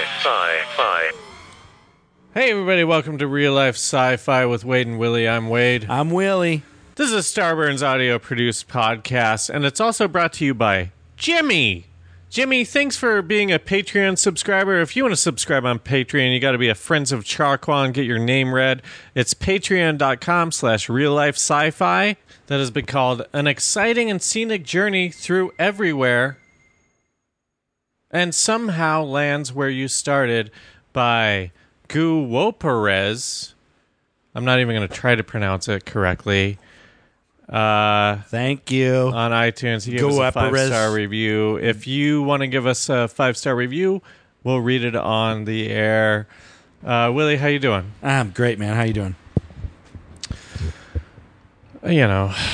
Sci-fi. Hey, everybody, welcome to Real Life Sci Fi with Wade and Willie. I'm Wade. I'm Willie. This is a Starburns audio produced podcast, and it's also brought to you by Jimmy. Jimmy, thanks for being a Patreon subscriber. If you want to subscribe on Patreon, you got to be a Friends of Charquan and get your name read. It's patreon.com slash real life sci fi. That has been called an exciting and scenic journey through everywhere and somehow lands where you started by Guo Perez. I'm not even going to try to pronounce it correctly. Uh, Thank you. Uh, on iTunes. He gave Go us a five Apparis. star review. If you want to give us a five star review, we'll read it on the air. Uh, Willie, how you doing? I'm great, man. How you doing? Uh, You know.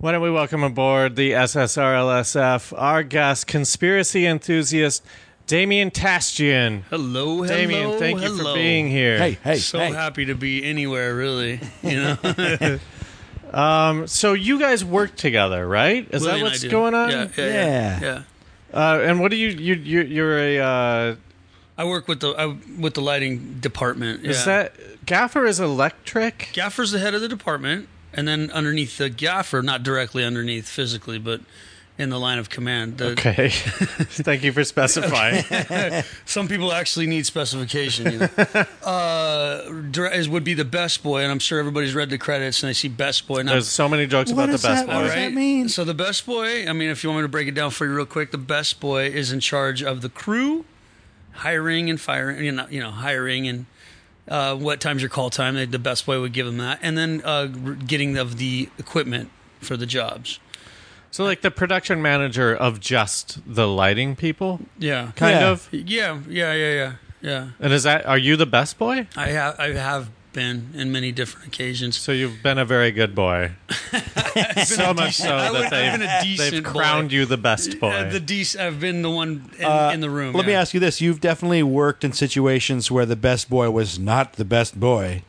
Why don't we welcome aboard the SSRLSF our guest, conspiracy enthusiast Damien Tastian. Hello, hello, Damien, thank you hello. for being here. Hey, hey, So hey. happy to be anywhere, really. You know, So you guys work together, right? Is Willie that and I what's do. going on? Yeah, yeah, Yeah. yeah. yeah. Uh, and what do you you you you're a uh, I work with the I, with the lighting department. is yeah. that Gaffer is electric? gaffer's the head of the department, and then underneath the gaffer, not directly underneath physically, but in the line of command. The, Okay. Thank you for specifying. Some people actually need specification. You know? uh, dire- is would be the best boy, and I'm sure everybody's read the credits and they see best boy. Not There's so many jokes What about the is best that? What boy. does that mean? So the best boy, I mean, if you want me to break it down for you real quick, the best boy is in charge of the crew, hiring and firing, you know, you know hiring and uh, what time's your call time. They, the best boy would give them that, and then uh, r- getting of the equipment for the jobs. So like the production manager of just the lighting people, Yeah, kind Yeah. of. yeah, yeah, yeah, yeah, yeah. And is that are you the best boy? I have, I have been in many different occasions. So you've been a very good boy. so much so I would- that I've been a they've, decent they've crowned boy. you the best boy. Uh, the dec- I've been the one in, in the room. Uh, Let me yeah. ask you this: You've definitely worked in situations where the best boy was not the best boy.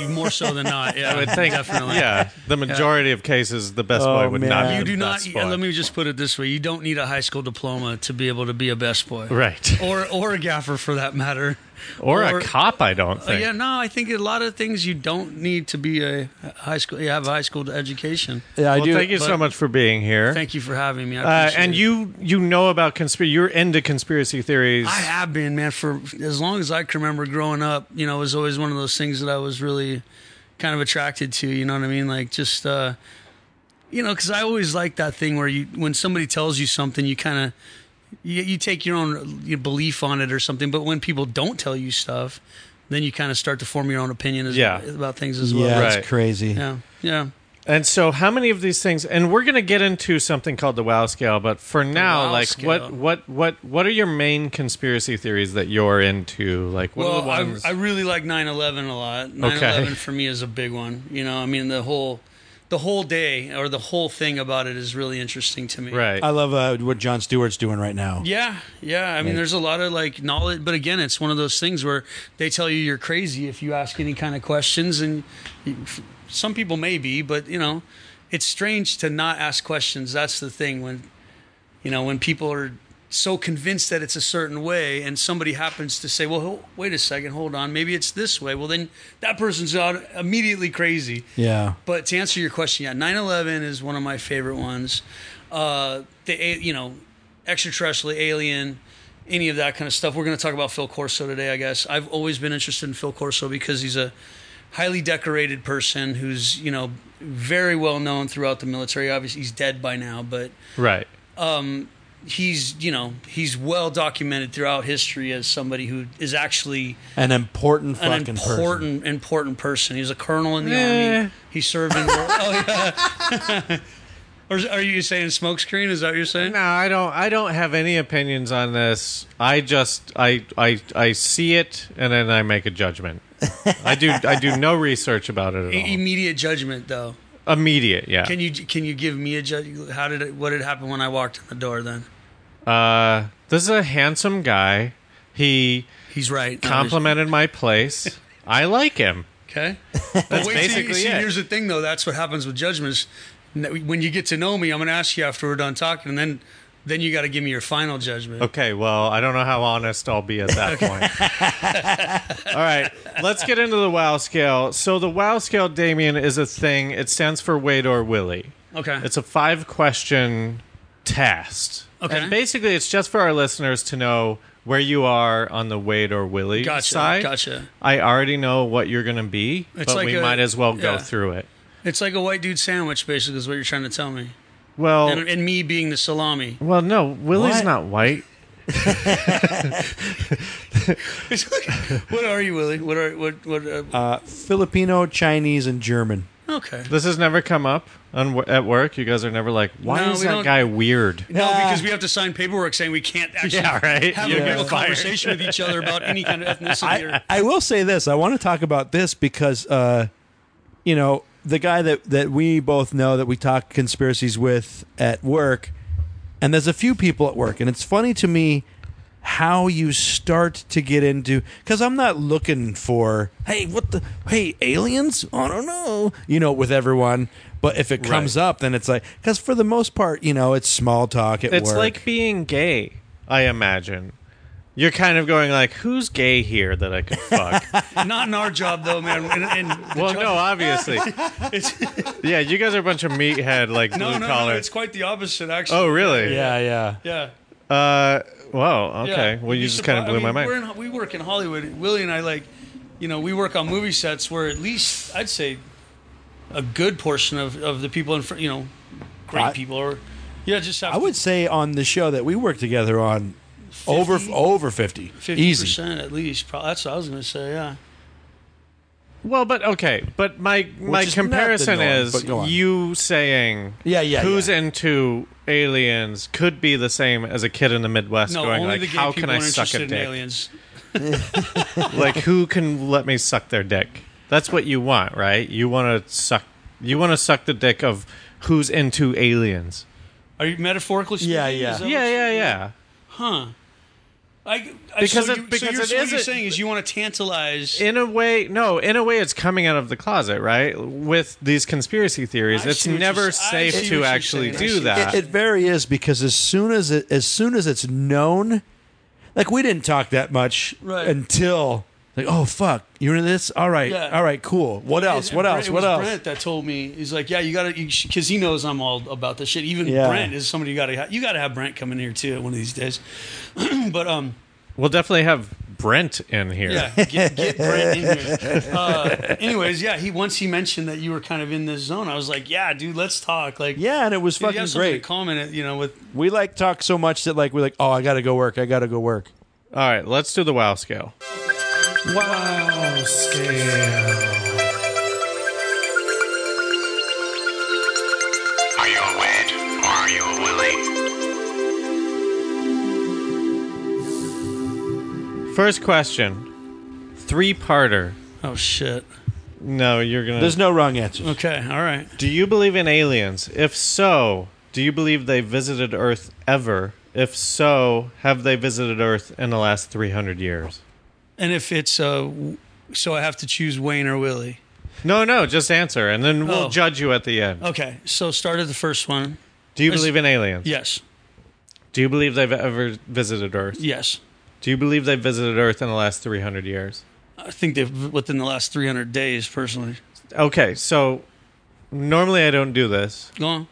you more so than not. Yeah, I would think- definitely. yeah, the majority of cases, the best Oh, boy would not. man. be You the do not. uh, best boy. Let me just put it this way: you don't need a high school diploma to be able to be a best boy, Right. Or or a gaffer for that matter. or, or- a cop. I don't But think. yeah, no, I think a lot of things you don't need to be a high school. You have a high school education. Yeah, I Well, do. thank you so but- much for being here. Thank you for having me. I uh, appreciate and it. you you know about conspiracy. You're into conspiracy theories. I have been, man, for as long as I can remember growing up. You know, it was always one of those things that I was really kind of attracted to. You know what I mean? Like just, uh, you know, because I always like that thing where you, when somebody tells you something, you kind of. You, you take your own your belief on it or something, but when people don't tell you stuff, then you kind of start to form your own opinion as, Yeah. about things as well. yeah, Right. it's crazy. Yeah, yeah. And so, how many of these things? And we're going to get into something called the Wow Scale, but for now, wow like, scale. what, what, what, what are your main conspiracy theories that you're into? Like, what Well, are the ones? I, I really like 9/11 a lot. 9/11 for me is a big one. You know, I mean the whole the whole day or the whole thing about it is really interesting to me. right. I love uh, what John Stewart's doing right now. Yeah, yeah. I mean, there's a lot of like knowledge, but again, it's one of those things where they tell you you're crazy if you ask any kind of questions, and you, f- some people may be, but you know, it's strange to not ask questions. That's the thing when, you know, when people are so convinced that it's a certain way, and somebody happens to say, "Well, ho- wait a second, hold on, maybe it's this way." Well, then that person's out immediately crazy. Yeah. But to answer your question, yeah, 9/11 is one of my favorite ones. Uh, the a- you know, extraterrestrial, alien, any of that kind of stuff. We're going to talk about Phil Corso today, I guess. I've always been interested in Phil Corso because he's a highly decorated person who's you know very well known throughout the military. Obviously, he's dead by now, but right. he's you know he's well documented throughout history as somebody who is actually An important an fucking person. important important person. He was a colonel in the Eh. army. He served in. oh yeah. or is- are you saying smokescreen? Is that what you're saying? No, I don't. I don't have any opinions on this. I just I I I see it and then I make a judgment. I do I do no research about it I- at Immediate judgment, though. all. Immediate, yeah. Can you can you give me a judge? How did it, what had happened when I walked in the door? Then Uh, this is a handsome guy. He he's right. complimented my place. I like him. Okay. That's basically see, it. Here's the thing, though. That's what happens with judgments. N- When you get to know me, I'm going to ask you after we're done talking, and then then you got to give me your final judgment. Okay, well, I don't know how honest I'll be at that point. All right, let's get into the WoW scale. So, the WoW scale, Damien, is a thing. It stands for Wait or Willie. Okay. It's a five question test. Okay. And basically, it's just for our listeners to know where you are on the Wade or Willie Gotcha, side. gotcha. I already know what you're going to be, It's but like we a- might as well go yeah. through it. it's like a white dude sandwich, basically, is what you're trying to tell me. Well, And, and me being the salami. well, no, Willie's What? not white. what are you, Willie? What are what what? Uh, Uh, Filipino, Chinese, and German. okay. This has never come up on, at work. You guys are never like, why No, is we that don't- guy weird? No, because we have to sign paperwork saying we can't actually Yeah, right. have You're a real getting fired. conversation with each other about any kind of ethnicity. or, I will say this. I want to talk about this because, uh, you know, the guy that, that we both know that we talk conspiracies with at work, and there's a few people at work, and it's funny to me how you start to get into because I'm not looking for hey what the hey aliens I don't know you know with everyone but if it comes up then it's like because for the most part you know it's small talk at It's work like being gay, I imagine. You're kind of going like, who's gay here that I could fuck? not in our job though, man. And, and the well, job- no, obviously. it's, Yeah, you guys are a bunch of meathead, like no, blue no, no, collar. it's quite the opposite actually. oh, really? yeah yeah yeah. Uh, wow. Okay. Yeah. Well, you You're just kind of surpri- blew I mean, my mind. We're in, we work in Hollywood. Willie and I, like, you know, we work on movie sets where at least I'd say a good portion of, of the people in front, you know, great I- people or yeah, just have I would say on the show that we worked together on over over 50. 50% Easy. at least. Pro- That's what I was going to say. Yeah. well, but okay. But my my is not the comparison norm, is but go on. you saying Yeah, yeah, who's yeah. into aliens could be the same as a kid in the Midwest No, going only like, the gay how people can I are suck interested a in dick? aliens. like, who can let me suck their dick? That's what you want, right? You want to suck. You want to suck the dick of who's into aliens. Are you metaphorically speaking? Yeah, Is yeah. that what Yeah, you- yeah, yeah. Huh. I, I, Because so it- you, because so you're, it so what you're isn't- saying is you want to tantalize. in a way no in a way it's coming out of the closet right with these conspiracy theories I it's see what never you're s- I see safe what to you're actually saying. I see do what you're that It, it very is because as soon as it as soon as it's known, like we didn't talk that much Right. until like oh fuck you're into this all right Yeah. all right cool what else And what Brent- else it what was else Brent that told me he's like, yeah, you got to because he knows I'm all about this shit. Even Yeah. Brent is somebody you got to ha- you got to have Brent come in here too one of these days. but um, we'll definitely have brent in here yeah, get, get Brent in here. Uh, anyways, yeah, he once he mentioned that you were kind of in this zone. I was like, yeah, dude, let's talk. Like, yeah and it was dude, you fucking have something great To comment, you know, with we like talk so much that like we're like oh I gotta go work I gotta go work all right let's do the wow scale wow scale Are you a Wade or are you a Willie? first question three parter oh shit. no you're gonna there's no wrong answers Okay, all right. do you believe in aliens if so do you believe they visited earth ever if so have they visited earth in the last 300 years And if it's uh, w- so I have to choose Wayne or Willie. no no just answer and then we'll Oh. judge you at the end Okay, so start at the first one. do you There's- believe in aliens Yes, Do you believe they've ever visited Earth? yes. Do you believe they've visited Earth in the last 300 years? I think they've within the last 300 days, personally. Okay, so normally I don't do this. Go on.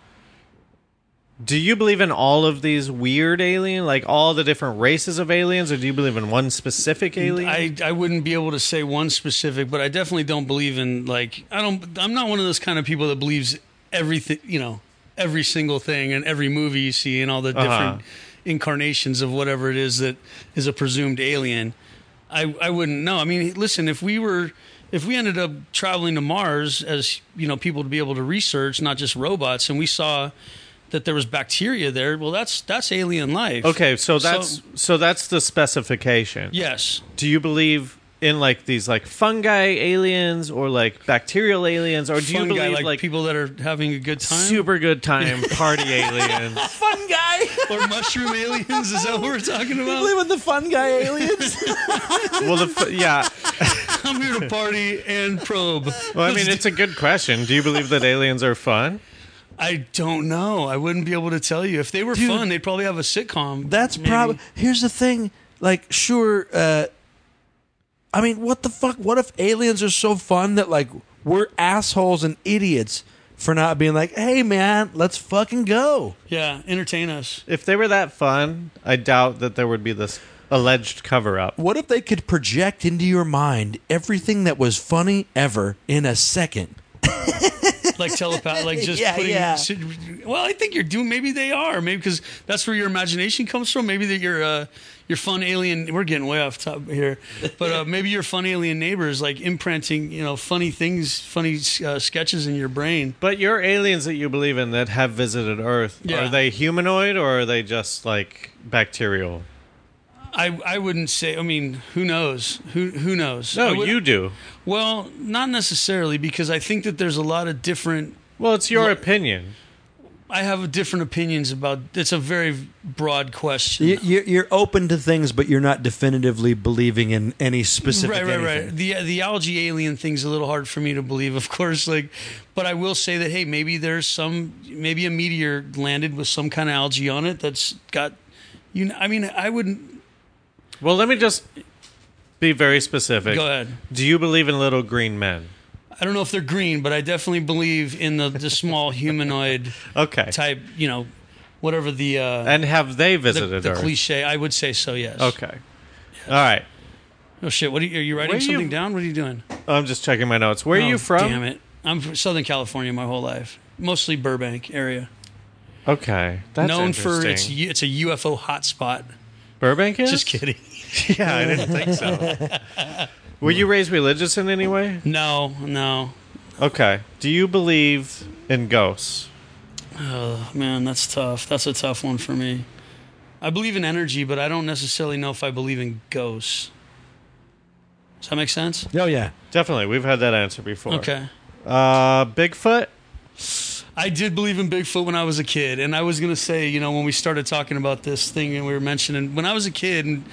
Do you believe in all of these weird alien, like all the different races of aliens, or do you believe in one specific alien? I, I wouldn't be able to say one specific, but I definitely don't believe in like I don't I'm not one of those kind of people that believes everything you know every single thing and every movie you see and all Uh-huh. the different incarnations of whatever it is that is a presumed alien. I I wouldn't know. I mean, listen, if we were if we ended up traveling to Mars as you know people to be able to research, not just robots, and we saw that there was bacteria there, well, that's that's alien life. okay, so that's so, that's the specification. Yes. Do you believe in like these like fungi aliens or like bacterial aliens, or do you Fungi, believe like, like people that are having a good time? super good time party aliens? fun guy or mushroom aliens? Is that what we're talking about? live with the fun guy aliens Well, the fu- yeah. I'm here to party and probe. Well, I mean, it's a good question. Do you believe that aliens are fun? I don't know. I wouldn't be able to tell you. If they were Dude. fun, they'd probably have a sitcom. That's probably. Here's the thing. Like, sure. Uh, I mean, what the fuck? What if aliens are so fun that like we're assholes and idiots for not being like, hey man, let's fucking go. yeah, entertain us. If they were that fun, I doubt that there would be this alleged cover up. What if they could project into your mind everything that was funny ever in a second? Like telepath, like just Yeah, putting. yeah. Well, I think you're doing. Maybe they are. Maybe because that's where your imagination comes from. Maybe that your uh, your fun alien. We're getting way off top here, but uh, maybe your fun alien neighbor is like imprinting, you know, funny things, funny uh, sketches in your brain. But your aliens that you believe in that have visited Earth, Yeah. are they humanoid or are they just like bacterial? I I wouldn't say. I mean, who knows? Who who knows? I No, would- Oh, you do. Well, not necessarily because I think that there's a lot of different Well, it's your opinion. I have different opinions about. It's a very broad question. You- You're, you're open to things, but you're not definitively believing in any specific. right, right, right. anything. The the algae alien thing's a little hard for me to believe, of course. Like, but I will say that hey, maybe there's some, maybe a meteor landed with some kind of algae on it that's got, you know. I mean, I wouldn't. Well, let me just be very specific. Go ahead. Do you believe in little green men? I don't know if they're green, but I definitely believe in the the small humanoid Okay. type. You know, whatever the uh, And have they the, visited the Earth? cliche. I would say so. Yes. Okay. All right. Oh shit! What are you, are you writing Where you- something down? What are you doing? I'm just checking my notes. Where are Oh, you from? Damn it. I'm from Southern California my whole life, mostly Burbank area. Okay. That's Known for it's interesting. U- it's a UFO hotspot. Burbank is? Just kidding. Yeah, I didn't think so. Were you raised religious in any way? No, no. Okay. Do you believe in ghosts? Oh, man, that's tough. That's a tough one for me. I believe in energy, but I don't necessarily know if I believe in ghosts. Does that make sense? Oh yeah. Definitely. We've had that answer before. Okay. Uh, Bigfoot? I did believe in Bigfoot when I was a kid, and I was gonna say, you know, when we started talking about this thing and we were mentioning when I was a kid, and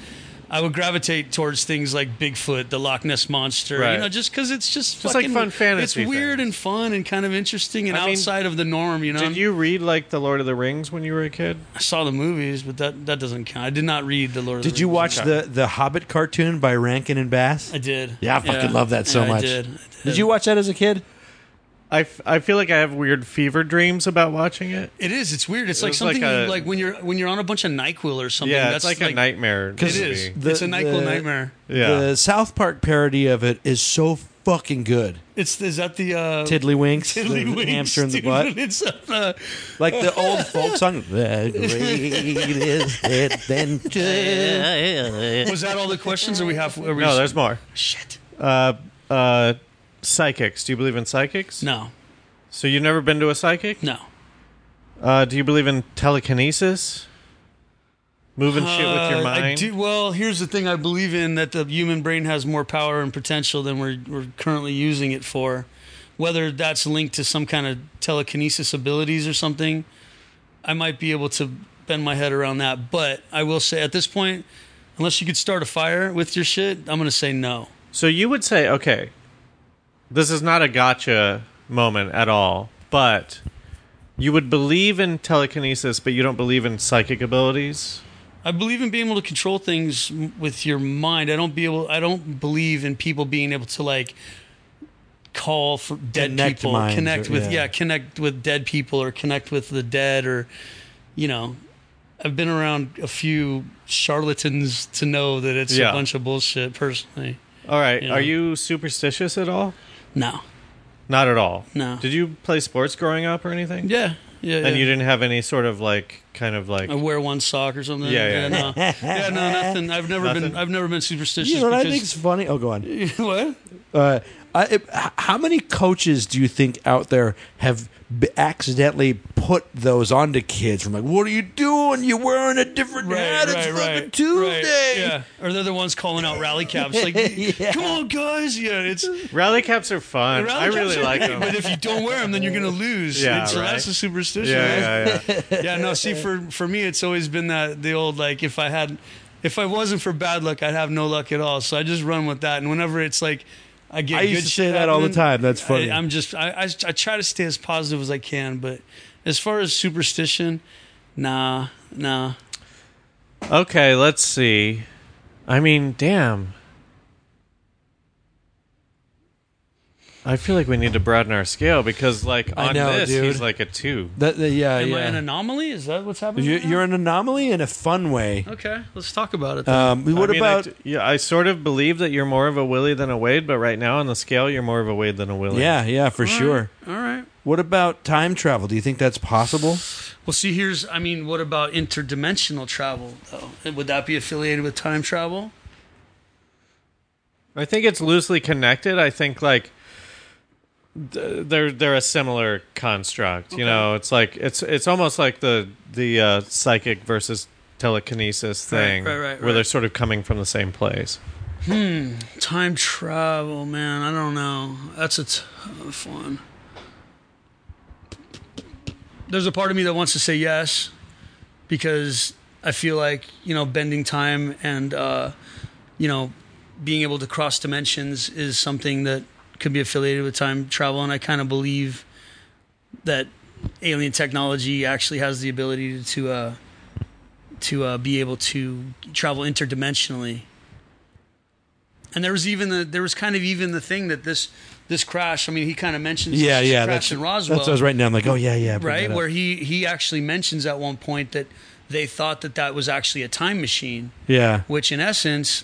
I would gravitate towards things like Bigfoot, the Loch Ness monster, Right. you know, just because it's just, Just like fucking, fun fantasy It's weird things. and fun and kind of interesting and I mean, outside of the norm, you know. Did you read like The Lord of the Rings when you were a kid? I saw the movies, but that that doesn't count. I did not read the Lord. of Did the you Rings. watch the the Hobbit cartoon by Rankin and Bass? I did. Yeah, I fucking love that so Yeah, much. I did. I did. Did you watch that as a kid? I, f- I feel like I have weird fever dreams about watching it. It is. It's weird. It's It like was something like a- you, like when you're when you're on a bunch of Nyquil or something. Yeah, that's it's like, a nightmare. It is. movie. The- it's a Nyquil the- nightmare. Yeah. The South Park parody of it is so fucking good. It's is that the uh, Tiddlywinks, the Tiddlywinks, hamster in the dude, butt, but It's uh, like the old folk song. The greatest adventure. was that all the questions? Are we half? Are we no, there's more. shit. Uh, uh, psychics. Do you believe in psychics? No, So you've never been to a psychic? no. Uh, do you believe in telekinesis? Moving shit with Uh, your I mind? do, well, here's the thing. I believe in that the human brain has more power and potential than we're we're currently using it for. Whether that's linked to some kind of telekinesis abilities or something, I might be able to bend my head around that. But I will say at this point, unless you could start a fire with your shit, I'm gonna say no. So you would say, okay, this is not a gotcha moment at all, but you would believe in telekinesis, but you don't believe in psychic abilities? I believe in being able to control things m- with your mind. I don't be able. I don't believe in people being able to like call for dead Connect people, minds connect or- with yeah. yeah. connect with dead people or connect with the dead or you know. I've been around a few charlatans to know that it's Yeah. a bunch of bullshit. Personally, All right. Yeah. Are you superstitious at all? no. Not at all. No. Did you play sports growing up or anything? Yeah, yeah. And yeah. you didn't have any sort of like, kind of like, I Uh, wear one sock or something. Yeah, yeah. no. yeah, no, nothing. I've never Nothing? been. I've never been superstitious. You know what I think's because, funny? Oh, go on. what? Uh, I, it- h- how many coaches do you think out there have b- accidentally put those onto kids? From like, what are you doing? You're wearing a different hat. it's fucking Tuesday. Right, yeah, or they're the ones calling out rally caps. Like, come on, guys. Yeah, it's rally caps are fun. rally I caps really are like great, them. But if you don't wear them, then you're gonna lose. Yeah, And so right. that's a superstition. right? yeah, yeah, yeah. Yeah. no. See, for for me, it's always been that the old like, if I had, if I wasn't for bad luck, I'd have no luck at all. So I just run with that. And whenever it's like. I get I used good to say shit that all the happening, time. That's funny. I, I'm just I, I I try to stay as positive as I can, but As far as superstition, nah, nah. Okay, let's see. I mean, damn. I feel like we need to broaden our scale because, like, I on know, this, dude. he's like a two. That, that- yeah, Am I yeah. an anomaly? Is that what's happening? You- right now? you're an anomaly in a fun way. okay. Let's talk about it. Then. Um, what I mean, about I, d- yeah, I sort of believe that you're more of a Willie than a Wade, but right now on the scale, you're more of a Wade than a Willie. yeah, yeah, for sure. All right. What about time travel? Do you think that's possible? Well, see, here's. I mean, what about interdimensional travel though? Would that be affiliated with time travel? I think it's loosely connected. I think like th- they're they're a similar construct. You know, it's like it's it's almost like the the uh, psychic versus telekinesis Right, thing, right, right, where they're right. sort of coming from the same place. Time travel, man. I don't know. That's a tough one. There's a part of me that wants to say yes because I feel like, you know, bending time and, uh, you know, being able to cross dimensions is something that could be affiliated with time travel. And I kind of believe that alien technology actually has the ability to, uh, to uh, be able to travel interdimensionally and there was even the there was kind of even the thing that this this crash. I mean, he kind of mentions Yeah, this yeah. crash That's, in Roswell, that's what I was writing down. Like, oh yeah, yeah, bring right? that up. Where he he actually mentions at one point that they thought that that was actually a time machine, yeah, which in essence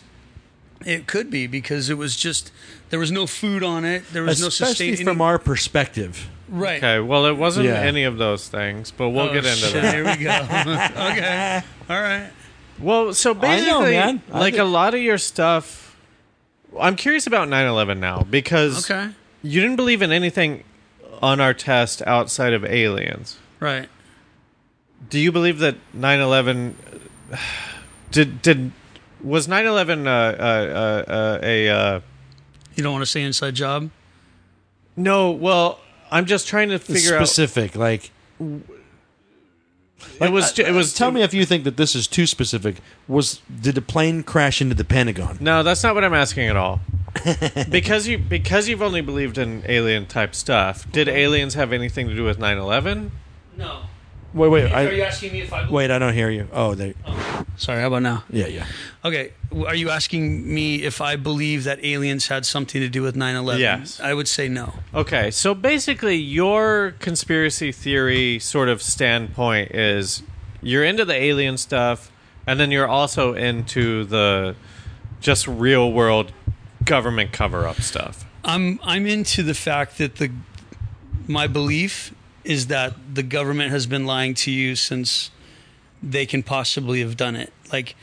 it could be because it was just there was no food on it, there was especially no from sustaining our perspective. right. Okay, well, it wasn't Yeah. any of those things, but we'll Oh, get into shit, that. Here we go. okay. All right. Well, so I basically, know, man. I like think- a lot of your stuff. I'm curious about 9/11 now because Okay. you didn't believe in anything on our test outside of aliens. Right. do you believe that 9-11 did did was 9-11 uh, uh, uh, uh, a uh, You don't want to say inside job. no well i'm just trying to figure specific, like. out it was ju- it was Tell me if you think that this is too specific. Was did a plane crash into the Pentagon? no that's not what i'm asking at all because you because you've only believed in alien type stuff did aliens have anything to do with 9-11 No. Wait, wait, I, asking me if I wait. I don't hear you. Oh, there. Sorry, how about now? Yeah, yeah. Okay, w- are you asking me if I believe that aliens had something to do with 9/11? Yes. I would say no. Okay, so basically, your conspiracy theory sort of standpoint is you're into the alien stuff, and then you're also into the just real world government cover up stuff. I'm I'm into the fact that the my belief is that the government has been lying to you since they can possibly have done it. Like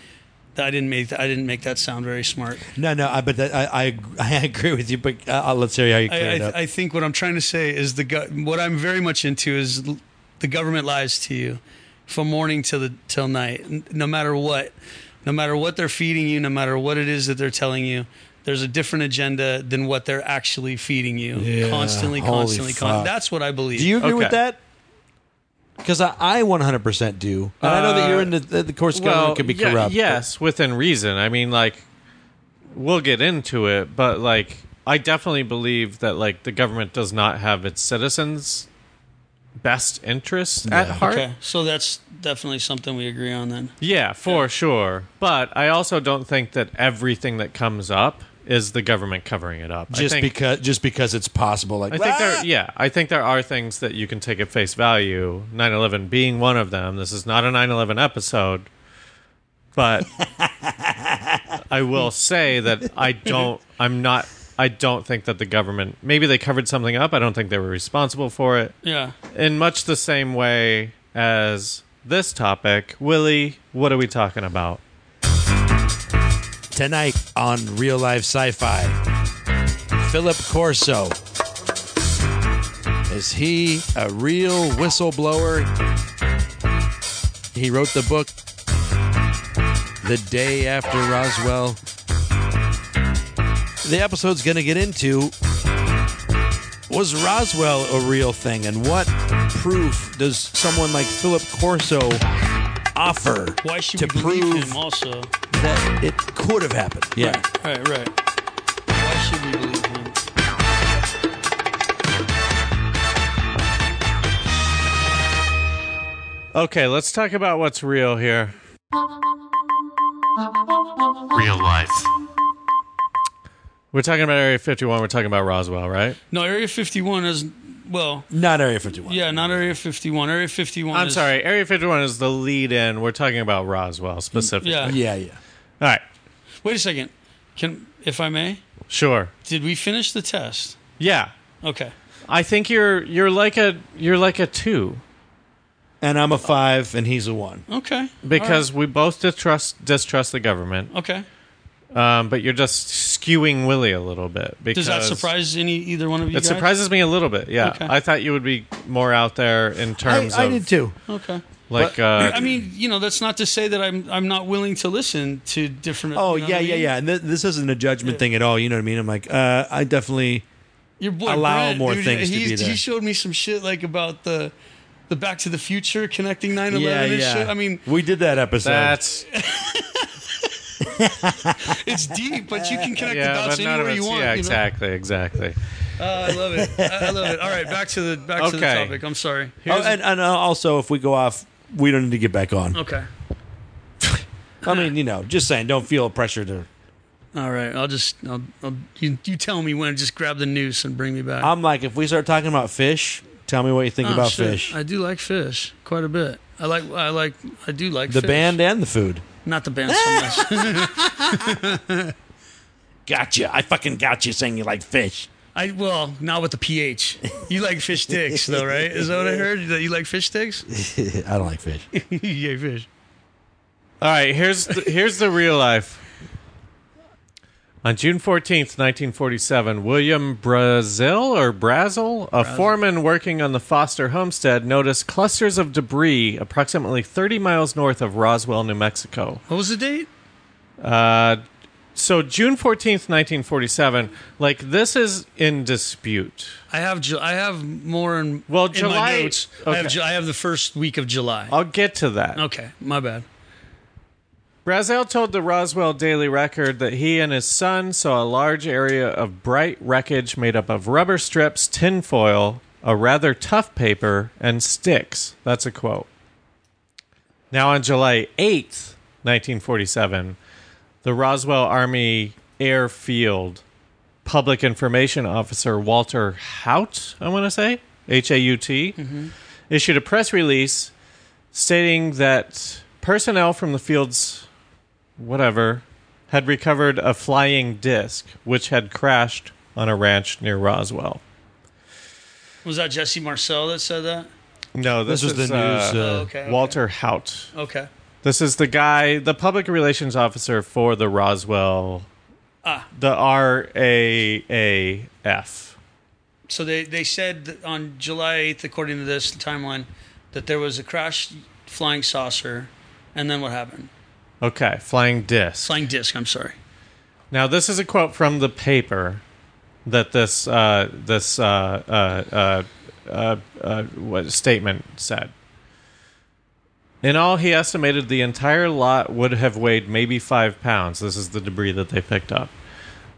I didn't make I didn't make that sound very smart. No, no. I, but that, I, I, I agree with you. But uh, uh, let's hear how you clear I, it up. I, I think what I'm trying to say is the go- what I'm very much into is l- the government lies to you from morning till the till night, n- no matter what, no matter what they're feeding you, no matter what it is that they're telling you. There's a different agenda than what they're actually feeding you. Yeah. Constantly, Holy constantly, fuck. constantly. That's what I believe. do you agree with Okay. that? Because I, I 100% do. And I know that you're into the, the course government could be Uh, yeah, corrupt. but- Yes, within reason. I mean, like, we'll get into it, but like, I definitely believe that like the government does not have its citizens' best interests at heart. Okay, so that's definitely something we agree on then. Yeah, for sure. But I also don't think that everything that comes up is the government covering it up. just I think, because just because it's possible. Like I think "Ah!" there yeah, I think there are things that you can take at face value, 9/11 being one of them. This is not a 9/11 episode, but I will say that I don't I'm not I don't think that the government maybe they covered something up. I don't think they were responsible for it Yeah. in much the same way as this topic. Willie, what are we talking about? tonight on Real Life Sci-Fi. Philip Corso is he a real whistleblower? He wrote the book The Day After Roswell. The episode's going to get into was Roswell a real thing and what proof does someone like Philip Corso offer Why should to we believe prove him? Also, that it could have happened. Yeah. right, right. Why should we believe him? Okay, let's talk about what's real here. Real life. We're talking about Area 51. We're talking about Roswell, right? No, Area 51 is well, Not Area 51. yeah, not Area 51. Area 51. I'm is- sorry. Area 51 is the lead in. We're talking about Roswell specifically. Yeah. Yeah, yeah. All right. Wait a second. Can if I may, Sure. did we finish the test? Yeah. Okay. I think you're you're like a you're like a 2 And I'm a five, and he's a one. Okay. because we both distrust distrust the government. Okay. Um, but you're just skewing Willie a little bit because Does that surprise any either one of you It guys? surprises me a little bit. Yeah. Okay. I thought you would be more out there in I, terms I of did too. Okay. like uh, I mean, you know, that's not to say that I'm I'm not willing to listen to different. Oh, you know yeah, what I yeah, mean? yeah. And th- this isn't a judgment thing at all. You know what I mean? I'm like, uh, I definitely. Your boy Allow Brent, more dude, things to he, be there. He showed me some shit like about the the Back to the Future connecting 9/11 Yeah, and yeah. shit. I mean, we did that episode. that's it's deep, but you can connect the yeah, dots but none anywhere of it's you want. yeah, you know? exactly, exactly. Uh, I love it. I I love it. All right, back to the back to the Okay. topic. I'm sorry. oh, and, and uh, also, if we go off, we don't need to get back on. Okay. I mean, you know, just saying, don't feel pressure to. All right. I'll just I'll, I'll you, you tell me when. Just grab the noose and bring me back. I'm like, if we start talking about fish, tell me what you think Oh, about shit. fish. I do like fish quite a bit. I like I like I do like the fish. band and the food. Not the band so much. Gotcha. I fucking got you saying you like fish. I well, not with the pH. You like fish sticks though, right? Is that what I heard? That you like fish sticks? I don't like fish. yeah, fish. All right, here's the, here's the real life. On June 14th, 1947, William Brazil or Brazel, a foreman working on the Foster homestead, noticed clusters of debris approximately 30 miles north of Roswell, New Mexico. What was the date? So June 14th, 1947, like this is in dispute. I have Ju- I have more in Well, in July- My notes. I have okay. Ju- I have the first week of July. Uh, I'll get to that. Okay, my bad. Brazel told the Roswell Daily Record that he and his son saw a large area of bright wreckage made up of rubber strips, tinfoil, a rather tough paper, and sticks. That's a quote. Now, on July 8th, 1947, the Roswell Army Airfield Public Information Officer Walter Hout, I want to say, H A U T, issued a press release stating that personnel from the field's whatever had recovered a flying disc which had crashed on a ranch near Roswell. Was that Jesse Marcel that said that? No, this, This is, was the uh, news. Uh, Oh, okay. okay. Walter Hout. Okay. This is the guy, the public relations officer for the Roswell, the R A A F. So they they said that on July eighth, according to this timeline, that there was a crashed flying saucer, and then what happened? Okay, flying disc. Flying disc. I'm sorry. Now, this is a quote from the paper that this uh, this uh, uh, uh, uh, uh, what, statement said. In all, he estimated the entire lot would have weighed maybe five pounds. This is the debris that they picked up.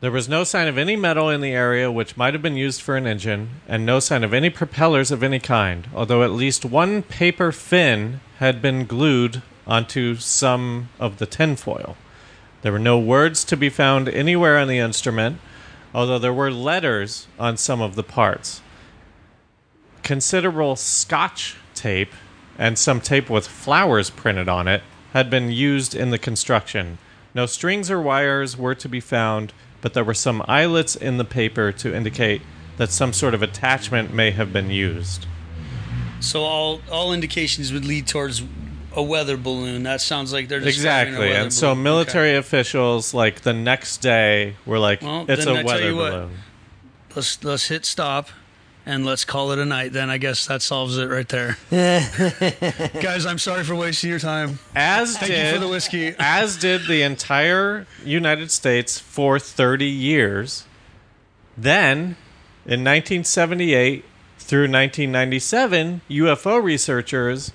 There was no sign of any metal in the area which might have been used for an engine, and no sign of any propellers of any kind, although at least one paper fin had been glued onto some of the tinfoil. There were no words to be found anywhere on the instrument, although there were letters on some of the parts. Considerable scotch tape and some tape with flowers printed on it had been used in the construction. No strings or wires were to be found, but there were some eyelets in the paper to indicate that some sort of attachment may have been used. So all all indications would lead towards a weather balloon. That sounds like they're describing A exactly. weather And so balloon. military Okay. officials like the next day were like Well, it's then a I tell weather you what, balloon. Let's let's hit stop, and let's call it a night. Then I guess that solves it right there. Guys, I'm sorry for wasting your time. As Thank did you for the whiskey. as did the entire United States for 30 years. Then, in 1978 through 1997, UFO researchers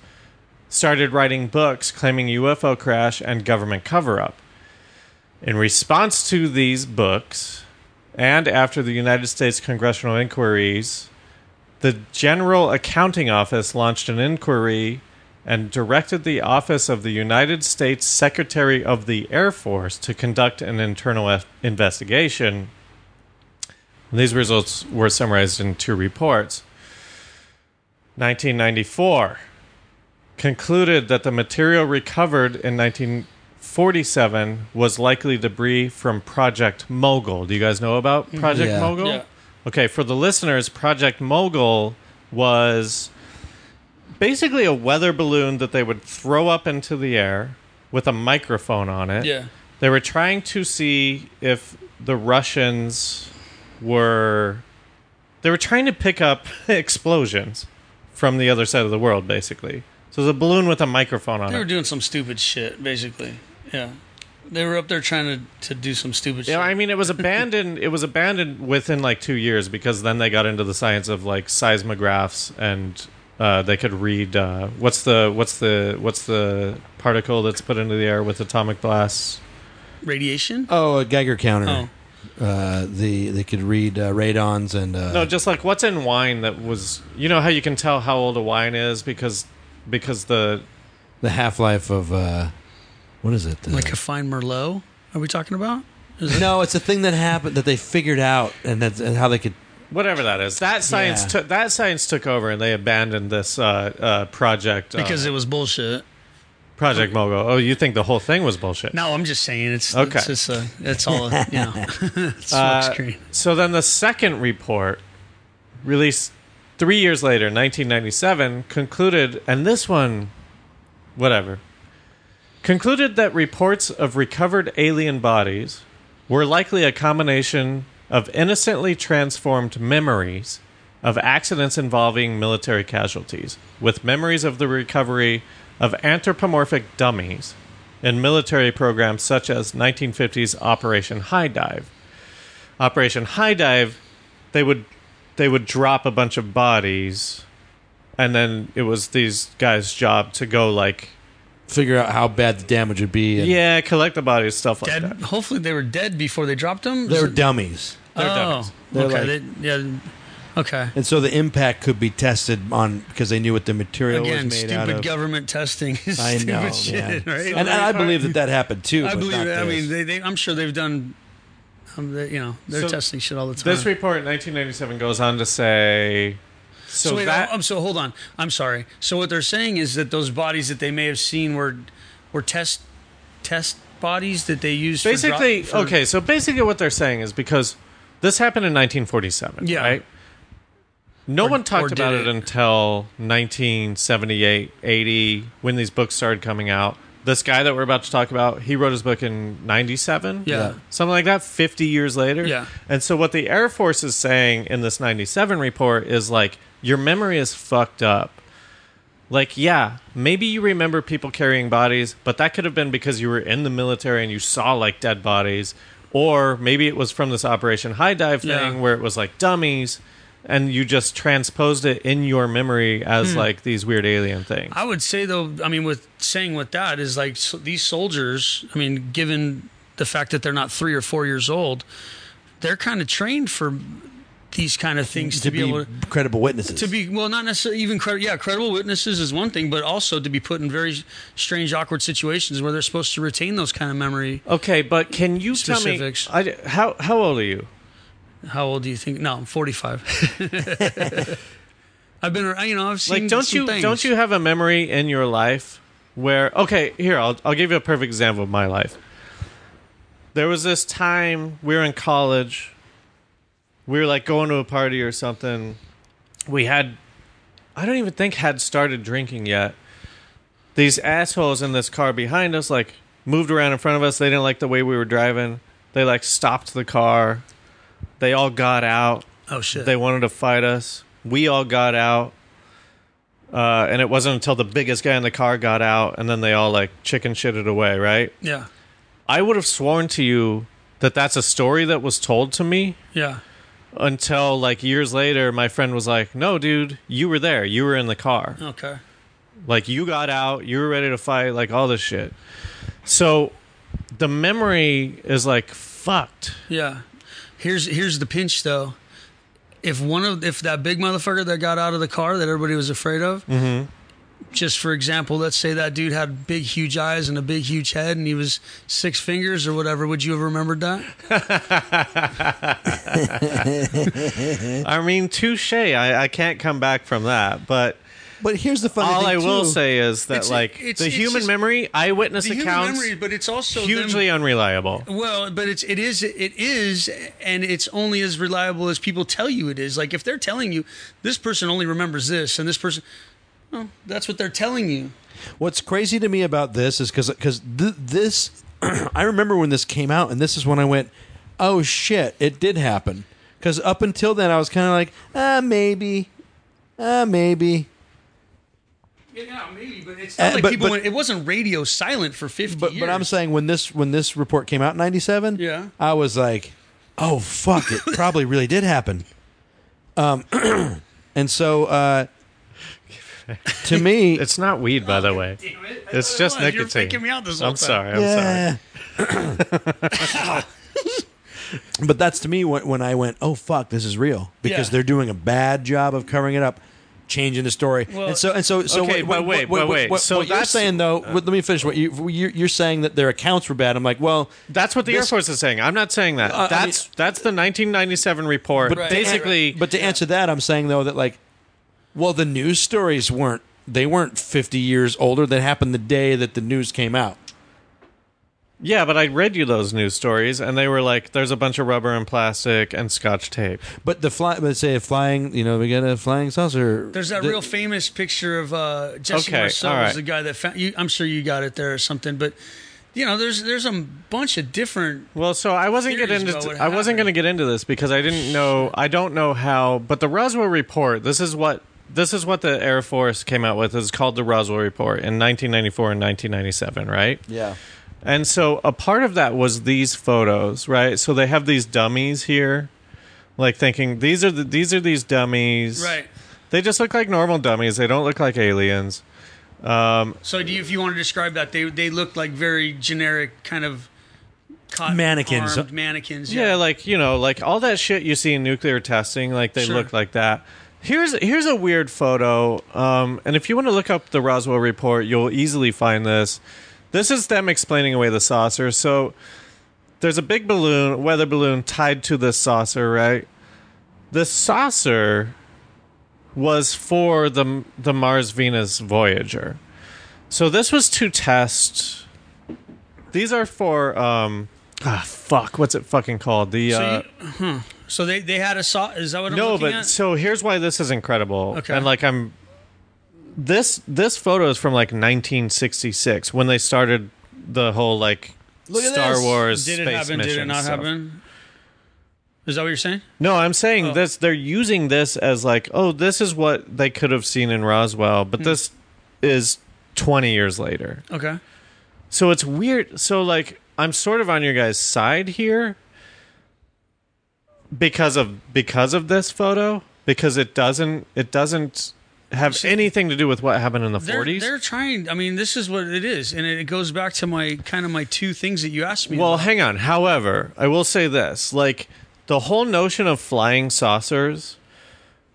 started writing books claiming UFO crash and government cover up. In response to these books, and after the United States congressional inquiries, the General Accounting Office launched an inquiry and directed the office of the United States Secretary of the Air Force to conduct an internal f- investigation. These results were summarized in two reports. 1994 concluded that the material recovered in 1947 was likely debris from Project Mogul. Do you guys know about Project Yeah. Mogul? Yeah. Okay, for the listeners, Project Mogul was basically a weather balloon that they would throw up into the air with a microphone on it. Yeah. They were trying to see if the Russians were they were trying to pick up explosions from the other side of the world basically. So it's a balloon with a microphone on They were it. doing some stupid shit, basically. Yeah. They were up there trying to, to do some stupid Yeah, shit. I mean it was abandoned it was abandoned within like 2 years because then they got into the science of like seismographs and uh, they could read uh, what's the what's the what's the particle that's put into the air with atomic blasts Radiation? Oh, a Geiger Oh. counter. Uh, the they could read uh, radons and uh, No, just like what's in wine that was you know how you can tell how old a wine is because because the the half life of uh, what is it? The- Like a fine Merlot? Are we talking Oh. about? no, it's a thing that happened that they figured out and that's and how they could. whatever that is that science Yeah. took that science took over and they abandoned this uh, uh, project uh, Because it was bullshit. project mogul. Oh, you think the whole thing was bullshit? No, I'm just saying it's Okay. It's, just uh, it's all you know. it's Uh, smokescreen. so then the second report, released three years later, 1997, concluded, and this one, whatever, concluded that reports of recovered alien bodies were likely a combination of innocently transformed memories of accidents involving military casualties, with memories of the recovery of anthropomorphic dummies in military programs such as 1950s Operation High Dive. Operation High Dive, they would they would drop a bunch of bodies, and then it was these guys' job to go like Figure out how bad the damage would be. And yeah, collect the bodies, stuff like Dead. that. Hopefully they were dead before they dropped them. they're dummies, they're oh, dummies. They're okay. they, yeah. Okay. and so the impact could be tested on because they knew what the material Again, was made out stupid of. government testing is I stupid know, shit, yeah. right? and, and I believe that that happened too. I but believe. not it. I theirs. mean, they, they, I'm sure they've done. Um, they, you know, they're So, testing shit all the time. This report, 1997, goes on to say. So, so wait, oh, that I'm, so hold on. I'm sorry. So what they're saying is that those bodies that they may have seen were were test test bodies that they used for drop- basically for- okay so basically what they're saying is because this happened in 1947 Yeah. right no one or talked did about it it? until 1978 80 when these books started coming out this guy that we're about to talk about he wrote his book in 97 Yeah. something like that 50 years later Yeah. and so what the air force is saying in this 97 report is like your memory is fucked up like, yeah, maybe you remember people carrying bodies, but that could have been because you were in the military and you saw like dead bodies, or maybe it was from this Operation High Dive thing Yeah. where it was like dummies, and you just transposed it in your memory as Hmm. like these weird alien things. I would say though, I mean, with saying with that is like so these soldiers. I mean, given the fact that they're not three or four years old, they're kind of trained for these kind of things to, to be, be able to. credible witnesses. To be well, not necessarily even credible. Yeah, credible witnesses is one thing, but also to be put in very strange, awkward situations where they're supposed to retain those kind of memory. okay, but can you Specifics. tell me I, how how old are you? How old do you think? No, I'm 45. I've been, ar- you know, I've seen. Like, don't some you things. don't you have a memory in your life where? Okay, here I'll I'll give you a perfect example of my life. There was this time we were in college. We were like going to a party or something. We had, I don't even think had started drinking yet. These assholes in this car behind us like moved around in front of us. They didn't like the way we were driving. They like stopped the car. They all got out. Oh shit! They wanted to fight us. We all got out. Uh, and it wasn't until the biggest guy in the car got out, and then they all like chicken shitted away, right? yeah, I would have sworn to you that that's a story that was told to me yeah. until like years later. My friend was like, No, dude, you were there. You were in the car. Okay. Like you got out, you were ready to fight, like all this shit. So the memory is like fucked. Yeah. Here's here's the pinch though. Mm-hmm. If one of if that big motherfucker that got out of the car that everybody was afraid of, just for example, let's say that dude had big, huge eyes and a big, huge head, and he was six fingers or whatever. Would you have remembered that? I mean, touche. I, I can't come back from that. But But here's the funny all thing I will too. say is that, It's- like, it's- the it's human just- memory, eyewitness The human accounts, memory, but it's also them- hugely unreliable. Well, but it's it is it is, and it's only as reliable as people tell you it is. Like if they're telling you this person only remembers this, and this person, well, that's what they're telling you. What's crazy to me about this is because th- this, I remember when this came out, and this is when I went, oh shit, it did happen. Because up until then, I was kind of like, ah, maybe, ah, maybe. Yeah, maybe, but it's not Uh, like but- people but- went- it wasn't radio silent for fifty But but I'm saying when this when this report came out in '97, Yeah. I was like, oh fuck, it probably really did happen. Um, and so uh, to me, It's not weed, by the way. It's just You're nicotine. freaking me out this whole I'm time. sorry. I'm sorry. but that's to me when, when I went, oh fuck, this is real because Yeah. they're doing a bad job of covering it up, changing the story. Well- and so and so so. Okay, what- but what- wait, what, but what- wait. What, So what you're that's- uh, saying though, what- let me finish. What you you're, you're saying that their accounts were bad. I'm like, well, That's what the Air This- Force is saying. I'm not saying that. I mean- that's that's the 1997 report. to an- basically, but to answer that, I'm saying though that like, well, the news stories weren't they weren't 50 years older. That happened the day that the news came out. yeah. But I read you those news stories, and they were like, "There's a bunch of rubber and plastic and Scotch tape." But the fly, but say a flying, you know, we got a flying saucer. There's that The- real famous picture of uh, Jesse Okay, Marceau all right. was the guy that found. You, I'm sure you got it there or something, but you know, there's there's a bunch of different. Well, so I wasn't Theories get into about what I wasn't happened. going to get into this because I didn't know I don't know how. But the Roswell report. This is what this is what the Air Force came out with. It's called the Roswell report in 1994 and 1997, right? yeah. And so a part of that was these photos, right? So they have these dummies here, like thinking these are the, these are these dummies. Right. They just look like normal dummies. They don't look like aliens. Um, So, do you, if you want to describe that, they they look like very generic kind of cotton Mannequins. armed mannequins. yeah, like you know, like all that shit you see in nuclear testing, like they Sure. look like that. Here's here's a weird photo. Um, and if you want to look up the Roswell report, you'll easily find this. This is them explaining away the saucer. So there's a big balloon, weather balloon tied to this saucer, right? The saucer was for the the Mars Venus Voyager. So this was to test. These are for um ah fuck what's it fucking called the So, uh, you, huh. so they they had a saw. Is that what I'm no looking but at? so here's why this is incredible Okay. and like I'm this this photo is from like 1966 when they started the whole like Look at Star this. Wars did it space happen? Did it mission not stuff. happen? Oh. Is that what you're saying? No, I'm saying this. They're using this as like, oh, this is what they could have seen in Roswell, Hmm. but this is 20 years later. Okay. So it's weird. So like, I'm sort of on your guys' side here because of because of this photo because it doesn't it doesn't have anything to do with what happened in the They're, 40s. they're trying. I mean, this is what it is, and it goes back to my kind of my two things that you asked me. Well, about. hang on. However, I will say this: like the whole notion of flying saucers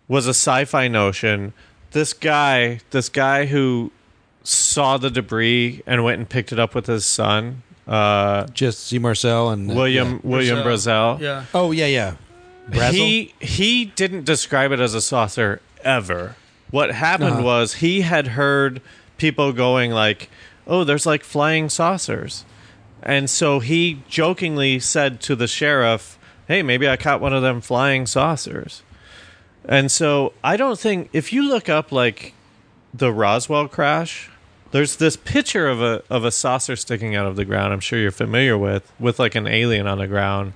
was a sci-fi notion. This guy, this guy who saw the debris and went and picked it up with his son, uh, Just see Marcel and uh, William yeah. William Brazel. yeah. Oh yeah, yeah. Brazel? He he didn't describe it as a saucer ever. What happened Uh-huh. was he had heard people going like, "Oh, there's like flying saucers," and so he jokingly said to the sheriff, "Hey, maybe I caught one of them flying saucers." And so I don't think if you look up like the Roswell crash, there's this picture of a of a saucer sticking out of the ground. I'm sure you're familiar with with like an alien on the ground.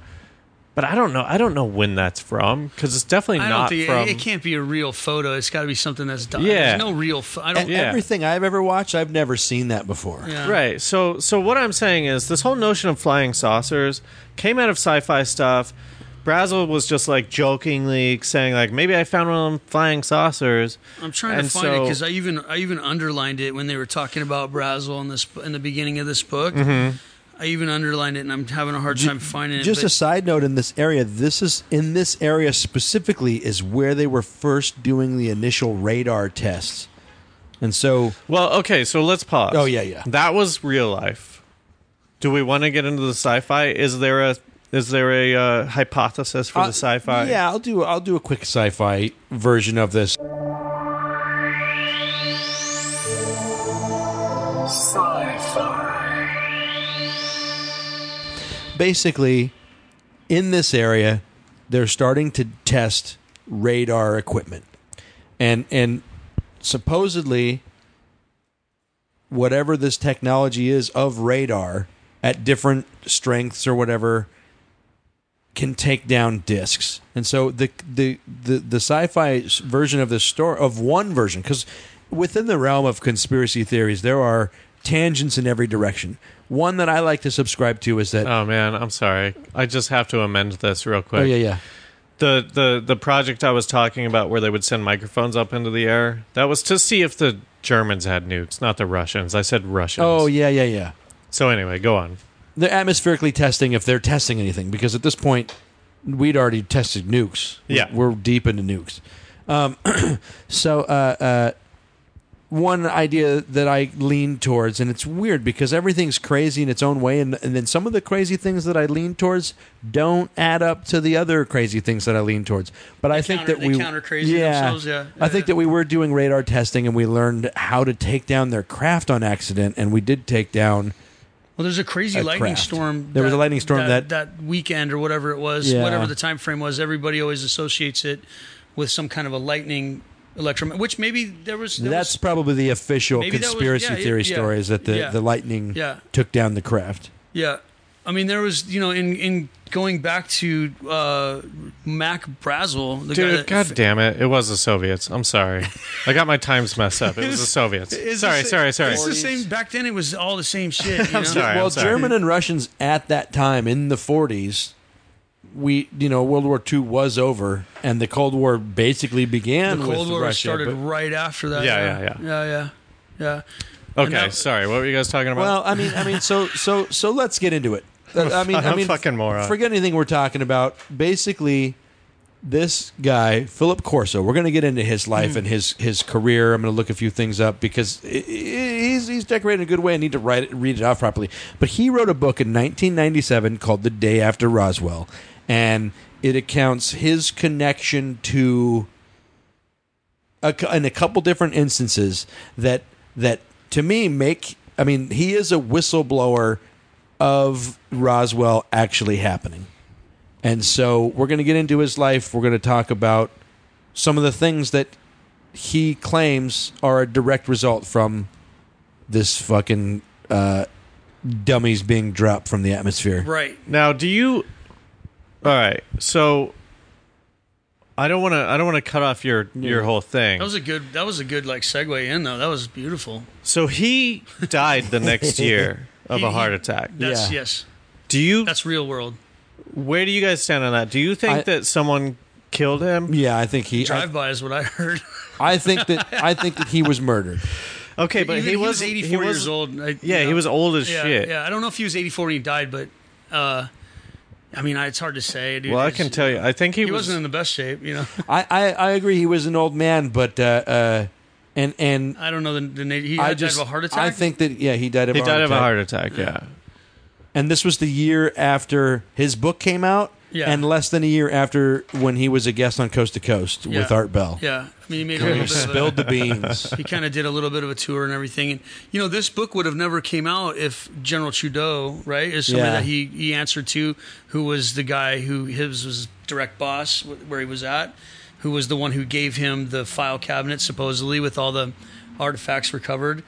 But I don't know. I don't know when that's from because it's definitely I not don't think from. it, it can't be a real photo. It's got to be something that's done. Yeah. There's no real. Pho- I don't. And oh, Yeah. E-, Everything I've ever watched, I've never seen that before. Yeah. Right. So so what I'm saying is this whole notion of flying saucers came out of sci-fi stuff. Brazel was just like jokingly saying like maybe I found one of them flying saucers. I'm trying And to find it so- because I even I even underlined it when they were talking about Brazel in this in the beginning of this book. Mm-hmm. I even underlined it, and I'm having a hard time finding it. Just a but- side note in this area, this is in this area specifically is where they were first doing the initial radar tests. And so Well, okay, so let's pause. Oh, yeah, yeah. That was real life. Do we want to get into the sci-fi? Is there a is there a uh, hypothesis for the sci-fi? uh, Yeah, I'll do I'll do a quick sci-fi version of this. Basically, in this area, they're starting to test radar equipment. And and supposedly whatever this technology is of radar at different strengths or whatever can take down discs. And so the the the, the sci-fi s- version of the story of one version cuz within the realm of conspiracy theories there are tangents in every direction. One that I like to subscribe to is that Oh man, I'm sorry. I just have to amend this real quick. Oh yeah, yeah. The the the project I was talking about where they would send microphones up into the air, that was to see if the Germans had nukes, not the Russians. I said Russians. Oh yeah, yeah, yeah. So anyway, go on. They're atmospherically testing if they're testing anything because at this point we'd already tested nukes. Yeah. we're deep into nukes. Um, so uh, uh, one idea that I lean towards, and it's weird because everything's crazy in its own way, and, and then some of the crazy things that I lean towards don't add up to the other crazy things that I lean towards. But I think counter- that they we counter crazy themselves, yeah. I think Yeah. that we were doing radar testing, and we learned how to take down their craft on accident, and we did take down. Well, there's a crazy a lightning craft. storm. There was a lightning storm that, that- that weekend or whatever it was, Yeah. whatever the time frame was. Everybody always associates it with some kind of a lightning electro. Which maybe there was. There That's was, probably the official Maybe that was- conspiracy yeah, yeah, theory yeah. story is that the, Yeah. the lightning Yeah. took down the craft. Yeah. I mean, there was, you know, in, in going back to uh, Mac Brazel, the guy Dude, that god damn it. It was the Soviets. I'm sorry. I got my times messed up. It was the It's- Soviets. it's the Sorry, sa- sorry, sorry, It's the same. Back then, it was all the same shit. You know? sorry. well, I'm German and Russians at that time in the 40s, we you know World War II was over and the Cold War basically began. The Cold with War Russia, started but- right after that. Yeah, yeah, yeah, yeah, yeah. Okay, that- sorry. What were you guys talking about? well, I mean, I mean, so so so let's get into it. I mean, I'm I a mean, fucking moron. Forget anything we're talking about. Basically, this guy Philip Corso. We're going to get into his life Hmm. and his his career. I'm going to look a few things up because i- i- he's he's decorated in a good way. I need to write it, read it off properly. But he wrote a book in 1997 called "The Day After Roswell," and it accounts his connection to a, cou- in a couple different instances that that to me make. I mean, he is a whistleblower of Roswell actually happening. And so we're going to get into his life. We're going to talk about some of the things that he claims are a direct result from this fucking uh, dummies being dropped from the atmosphere. Right. Now, do you? All right, so I don't want to. I don't want to cut off your your whole thing. That was a good. That was a good like segue in though. That was beautiful. so he died the next year of He- a heart he- attack. That's Yeah. yes. Do you? That's real world. where do you guys stand on that? Do you think I- that someone killed him? Yeah, I think he. I, Drive by is what I heard. I think that I think that he was murdered. Okay, but Even he, if was he was 84 he was- years old. I, Yeah, you he know. was old as yeah, shit. Yeah, I don't know if he was 84 when he died, but uh, I mean, I, it's hard to say. Dude. Well, I It's- can tell you. I think he, He was. wasn't in the best shape, you know. I, I, I agree. He was an old man, but uh, uh, and and I don't know the, the na- he I had- just died of a heart attack. I think that yeah, he died of he a died heart of a attack. heart attack. Yeah. and this was the year after his book came out Yeah. and less than a year after when he was a guest on coast to coast Yeah. with art bell Yeah, I mean, he made a He little bit of a, spilled the beans he kind of did a little bit of a tour and everything. And you know, this book would have never came out if General Trudeau, right, is somebody Yeah. that he he answered to, who was the guy who his was his direct boss wh- where he was at, who was the one who gave him the file cabinet supposedly with all the artifacts recovered.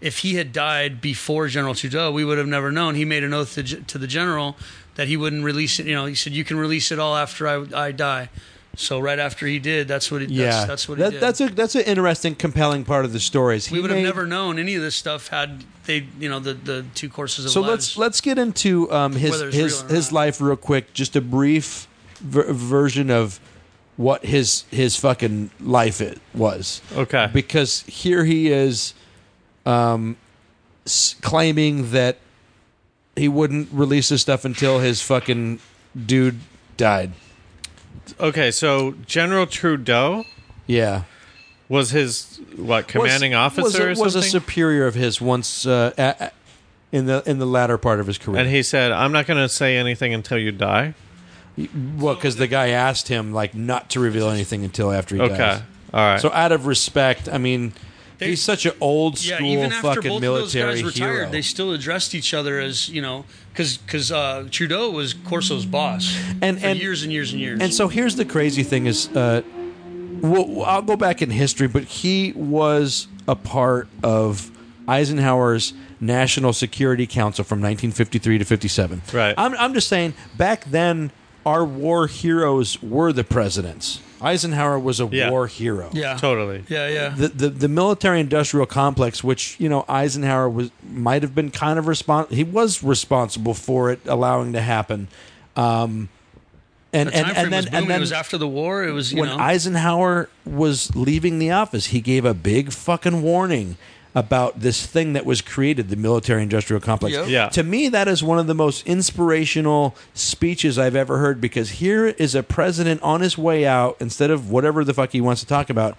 If he had died before General Trudeau, we would have never known. He made an oath to, ge- to the general that he wouldn't release it. You know, he said, "You can release it all after I, I die." So right after he did, that's what he. yeah that's, that's what he That- did that's a that's an interesting compelling part of the story is we he would have made- never known any of this stuff had they you know the the two courses of so lives. let's let's get into um, his Whether it's his real or his not. life real quick just a brief ver- version of what his his fucking life it was Okay. because here he is um, s- claiming that he wouldn't release this stuff until his fucking dude died. okay, so General Trudeau Yeah. was his what commanding officer was, or a, was something? a superior of his once uh, a- a- in the in the latter part of his career. and he said, "I'm not going to say anything until you die." Well, because the guy asked him like not to reveal anything until after he Okay, dies. all right. So out of respect, I mean, They- he's such an old Yeah, school even after fucking both military of those guys retired, hero. they still addressed each other as you know, because because uh, Trudeau was Corso's boss And- for and- years and years and years. And so here's the crazy thing is, uh, well, I'll go back in history, but he was a part of Eisenhower's National Security Council from 1953 to 57. Right. I'm, I'm just saying, back then, our war heroes were the presidents. Eisenhower was a Yeah. war hero. yeah, Totally. Yeah, yeah. the, the, the military industrial complex, which you know Eisenhower was might have been kind of responsible. He was responsible for it allowing to happen. Um, and the and, and time then frame was booming. and then it was after the war. It was you when know. Eisenhower was leaving the office, he gave a big fucking warning about this thing that was created, the military industrial complex. Yep. Yeah. To me, that is one of the most inspirational speeches I've ever heard because here is a president on his way out, instead of whatever the fuck he wants to talk about.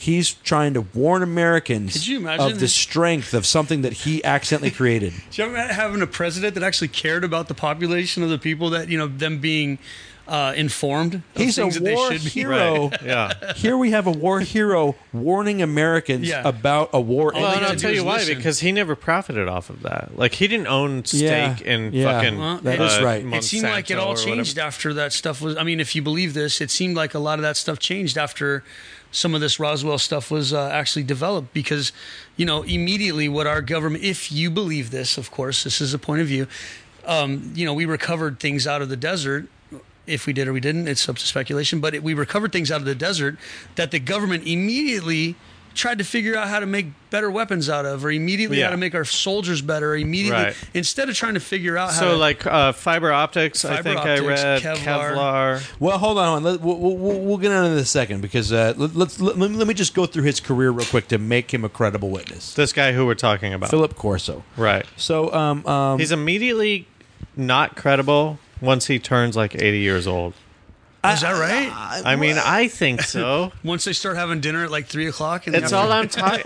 He's trying to warn Americans Could you imagine of the this? strength of something that he accidentally created. Do you ever having a president that actually cared about the population of the people that you know them being uh, informed? Of He's a things that war they should be? hero. Yeah. Here we have a war hero warning Americans Yeah. about a war. All Well, they and gotta I'll do tell is you why listen. because he never profited off of that. Like he didn't own Yeah, stake in yeah. fucking. Well, that uh, is right. It seemed like it Monsanto all or changed whatever. after that stuff was. I mean, if you believe this, it seemed like a lot of that stuff changed after some of this Roswell stuff was uh, actually developed because, you know, immediately what our government, if you believe this, of course, this is a point of view, um, you know, we recovered things out of the desert. If we did or we didn't, it's up to speculation, but it, we recovered things out of the desert that the government immediately tried to figure out how to make better weapons out of or immediately how Yeah. to make our soldiers better immediately Right. instead of trying to figure out how So to like uh, fiber optics, I Fiber think I optics, read Kevlar. Kevlar. Well, hold on. Let, we'll, we'll, we'll we'll get on to this in a second because uh, let, let's let, let me- let me just go through his career real quick to make him a credible witness. This guy who we're talking about, Philip Corso. right? So, um, um, He's immediately not credible once he turns like 80 years old. Is that right? I mean, I think so. Once they start having dinner at like three o'clock, and It's all I'm talking.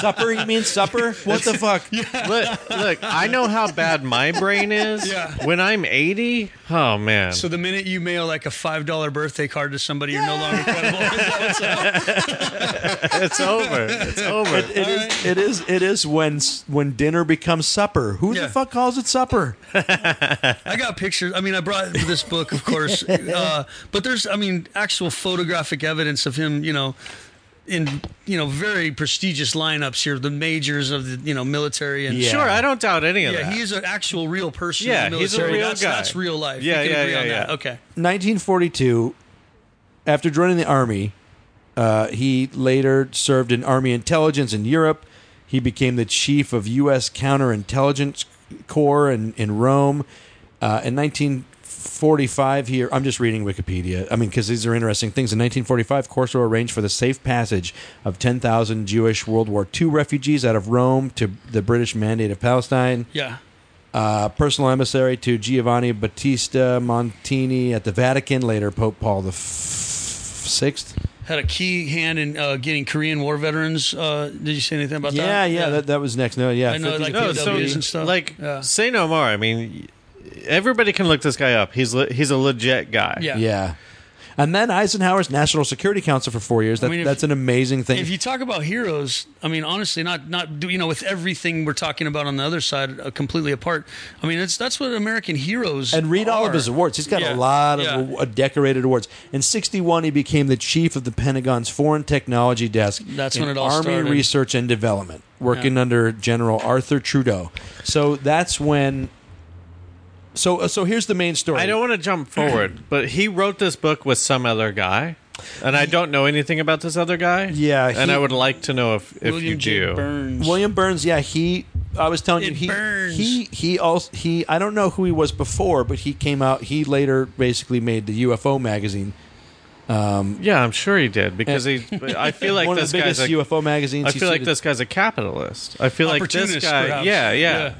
supper? You mean supper? What the fuck? Look, look. I know how bad my brain is. Yeah. When I'm 80, oh man. So the minute you mail like a five dollar birthday card to somebody, you're no longer credible. it's over. It's over. It is. It is. It is when s- when dinner becomes supper. Who Yeah. the fuck calls it supper? I got pictures. I mean, I brought this book, of course, uh, but there's, I mean, actual photographic evidence of him. You know, in you know very prestigious lineups here, the majors of the you know military and Yeah. Sure, I don't doubt any of Yeah, that. he is an actual real person. Yeah, in the he's a military. real that's, guy. That's real life. Yeah, we can yeah, agree yeah, on That. yeah. Okay. 1942. After joining the army, uh, he later served in army intelligence in Europe. He became the chief of U.S. counterintelligence corps in, in Rome. Uh, in 1945, here I'm just reading Wikipedia. I mean, because these are interesting things. In 1945, Corso arranged for the safe passage of 10,000 Jewish World War II refugees out of Rome to the British Mandate of Palestine Yeah. uh, personal emissary to Giovanni Battista Montini at the Vatican, later Pope Paul the f- Sixth. Had a key hand in uh, getting Korean War veterans. Uh, did you say anything about that? Yeah, yeah, That, that was next. No, yeah, I know, 50 like, no, POWs so and stuff. like Yeah. say no more. I mean, everybody can look this guy up. He's le- he's a legit guy. Yeah. yeah. And then Eisenhower's National Security Council for four years. That, mean, if- that's an amazing thing. If you talk about heroes, I mean, honestly, not not do- you know with everything we're talking about on the other side, uh, completely apart. I mean, it's that's what American heroes and read all of are. his awards. He's got a Yeah, lot of yeah. aw- uh, decorated awards. In '61, he became the chief of the Pentagon's Foreign Technology Desk. That's in when it all Army started. Research and Development, working under General Arthur Trudeau. So that's when. So uh, so here's the main story. I don't want to jump forward, but he wrote this book with some other guy, and I don't know anything about this other guy. Yeah, and he- I would like to know if if William you J. do. Burns. William Burns, yeah, he. I was telling you, It he burns. he he also he. I don't know who he was before, but he came out. He later basically made the UFO magazine, Yeah, I'm sure he did because he. I feel like one of this the biggest guy's a, UFO magazines. I he feel like cited. this guy's a capitalist. I feel like this Opportunist, guy. perhaps. Yeah, yeah, Yeah.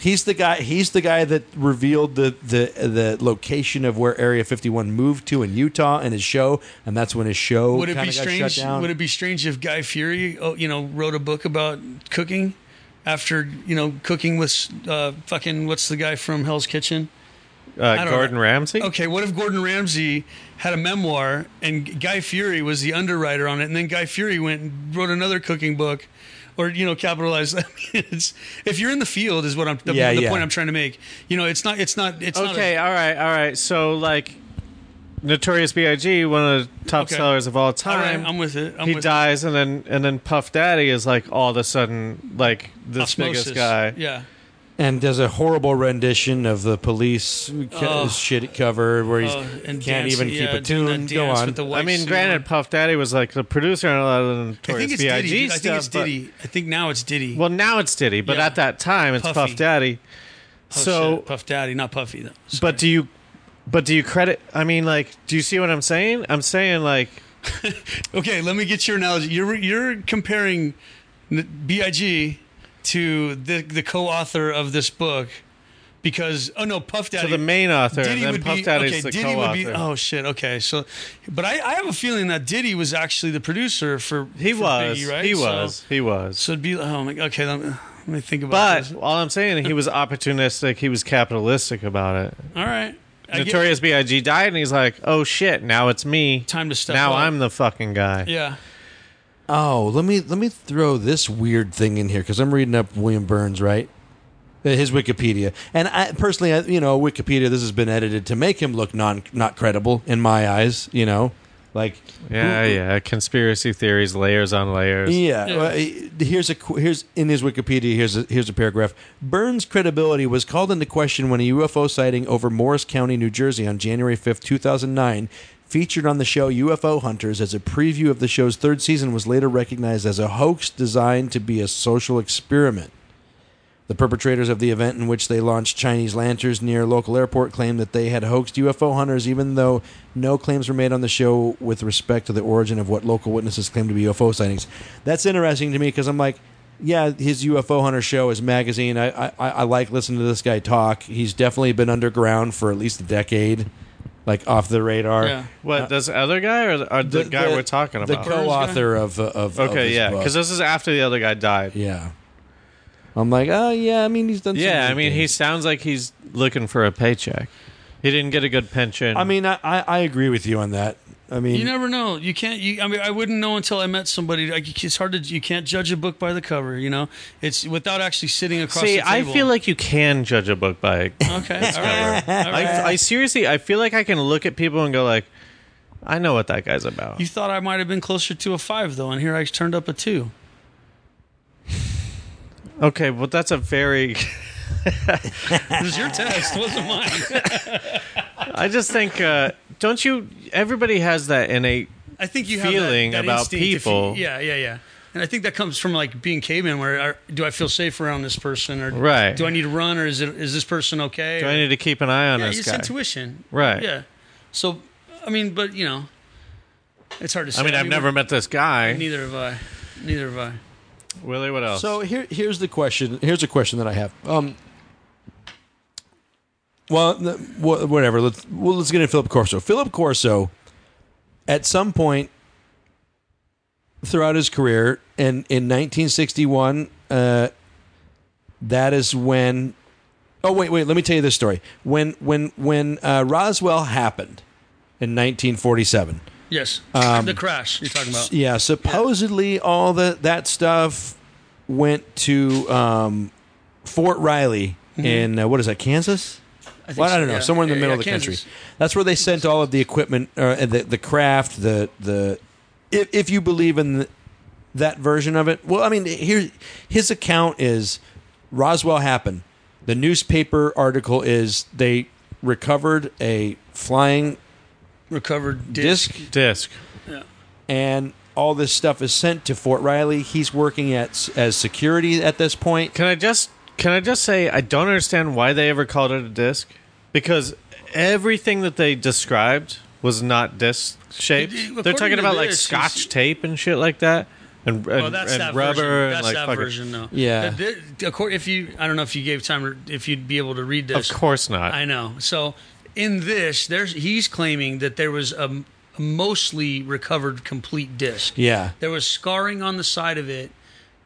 He's the guy. He's the guy that revealed the the the location of where Area 51 moved to in Utah in his show, and that's when his show Would it kinda got be shut strange? down. Would it be strange if Guy Fury, oh, you know, wrote a book about cooking after you know cooking with uh, fucking what's the guy from Hell's Kitchen? Uh, don't Gordon know. Oh, Ramsay. Okay, what if Gordon Ramsay had a memoir and Guy Fury was the underwriter on it, and then Guy Fury went and wrote another cooking book, or you know, capitalized. I mean, it's, if you're in the field, is what I'm the, Yeah, the yeah. point I'm trying to make. You know, it's not, it's not, it's not. Okay, uh, all right, all right. So like, Notorious B.I.G., one of the top Okay. sellers of all All right, time. I'm with it. I'm he with dies, and then and then Puff Daddy is like all of a sudden like it. this Osmosis. biggest guy. Yeah. and does a horrible rendition of the police ca- Oh. shit cover where he Oh, can't dance- even yeah, keep a doing that tune. Go dance on. with the white I mean, suit granted, on. Puff Daddy was like the producer on a lot of the I think Notorious it's Diddy. B.I.G. dude. I stuff. think it's but- Diddy. I think now it's Diddy. well, now it's Diddy, but Yeah. at that time it's Puffy. Puff Daddy. Oh, so, shit. Puff Daddy, not Puffy though. So- but do you, but do you credit? I mean, like, do you see what I'm saying? I'm saying like, okay, let me get your analogy. You're you're comparing N- Big to the the co-author of this book because oh no, Puff Daddy. to the main author, Diddy and then would Puff be, Daddy's okay, the Diddy co-author. Would be, oh shit. Okay, so, but I, I have a feeling that Diddy was actually the producer for he for was, Biggie, right? he So- was, he was. So, it'd be oh my okay. Let me, let me think about but this. all I'm saying, he was opportunistic. He was capitalistic about it. all right, I get- Notorious B.I.G. died, and he's like, "Oh shit, now it's me. Time to step Now up. I'm the fucking guy." yeah. Oh, let me let me throw this weird thing in here because I'm reading up William Burns, right? Uh, His Wikipedia, and I personally, I, you know, Wikipedia. This has been edited to make him look non not credible in my eyes. You know, like Yeah, yeah. Conspiracy theories, layers on layers. yeah. well, eh, here's a qu- here's in his Wikipedia. Here's a, here's a paragraph. Burns' credibility was called into question when a UFO sighting over Morris County, New Jersey, on January 5th, 2009. Featured on the show UFO Hunters as a preview of the show's third season, was later recognized as a hoax designed to be a social experiment. The perpetrators of the event in which they launched Chinese lanterns near a local airport claimed that they had hoaxed UFO hunters, even though no claims were made on the show with respect to the origin of what local witnesses claimed to be UFO sightings. That's interesting to me because I'm like, yeah, his UFO hunter show, his magazine. I, I I like listening to this guy talk. He's definitely been underground for at least a decade, like off the radar. Yeah. What does the other guy or, or the, guy we're talking the about? co-author of of of okay, his yeah, book. because this is after the other guy died. Yeah, yeah. I'm like, oh yeah. I mean, he's done. some I good mean, things. he sounds like he's looking for a paycheck. He didn't get a good pension. I mean, I, I, I agree with you on that. I mean, You never know. You can't. You, I mean, I wouldn't know until I met somebody. Like, it's hard to. You can't judge a book by the cover. You know, it's without actually sitting across. see, the I table. feel like you can judge a book by. okay. all right. all right. I, I seriously, I feel like I can look at people and go like, I know what that guy's about. you thought I might have been closer to a five though, and here I turned up a two. Okay, well, that's a very. It was your test, wasn't mine. I just think, uh, don't you? Everybody has that innate I think you have Feeling that, that about instinct to people. feel- yeah, yeah, yeah. And I think that comes from like being caveman. Where are, do I feel safe around this person, or Right. do I need to run, or is it is this person okay? Do I need to keep an eye on yeah, this it's guy? intuition, Right. Yeah. So, I mean, but you know, it's hard to say. I mean, I've never met this guy. Neither have I. Neither have I. Willie, what else? so here, here's the question. Here's a question that I have. Um, well, th- wha- whatever. Let's well, let's get into Philip Corso. Philip Corso, at some point throughout his career, and in 1961, uh, that is when. Oh wait, wait. Let me tell you this story. When when when uh, Roswell happened in 1947. Yes. the crash you're talking about. Yeah, supposedly all the that stuff went to um, Fort Riley in uh, what is that, Kansas? Mm-hmm. think well, I so, don't know, yeah. somewhere in the Yeah, middle yeah, of the Kansas. country. That's where they sent all of the equipment, uh, the the craft, the the. If, if you believe in the, that version of it, well, I mean, here his account is Roswell happened. The newspaper article is they recovered a flying Recovered disc. disc disc. and all this stuff is sent to Fort Riley. He's working at as security at this point. Can I just can I just say I don't understand why they ever called it a disc? Because everything that they described was not disc shaped. It- it- They're according talking to about like this, scotch it's- tape and shit like that. and, and, oh, that's and that rubber version. and That's like that fucking- version, though. Yeah. Uh, th- of course, if you, I don't know if you gave time to, if you'd be able to read Of this. course not. I know. So in this, there's he's claiming that there was a m- mostly recovered complete disc. Yeah. There was scarring on the side of it,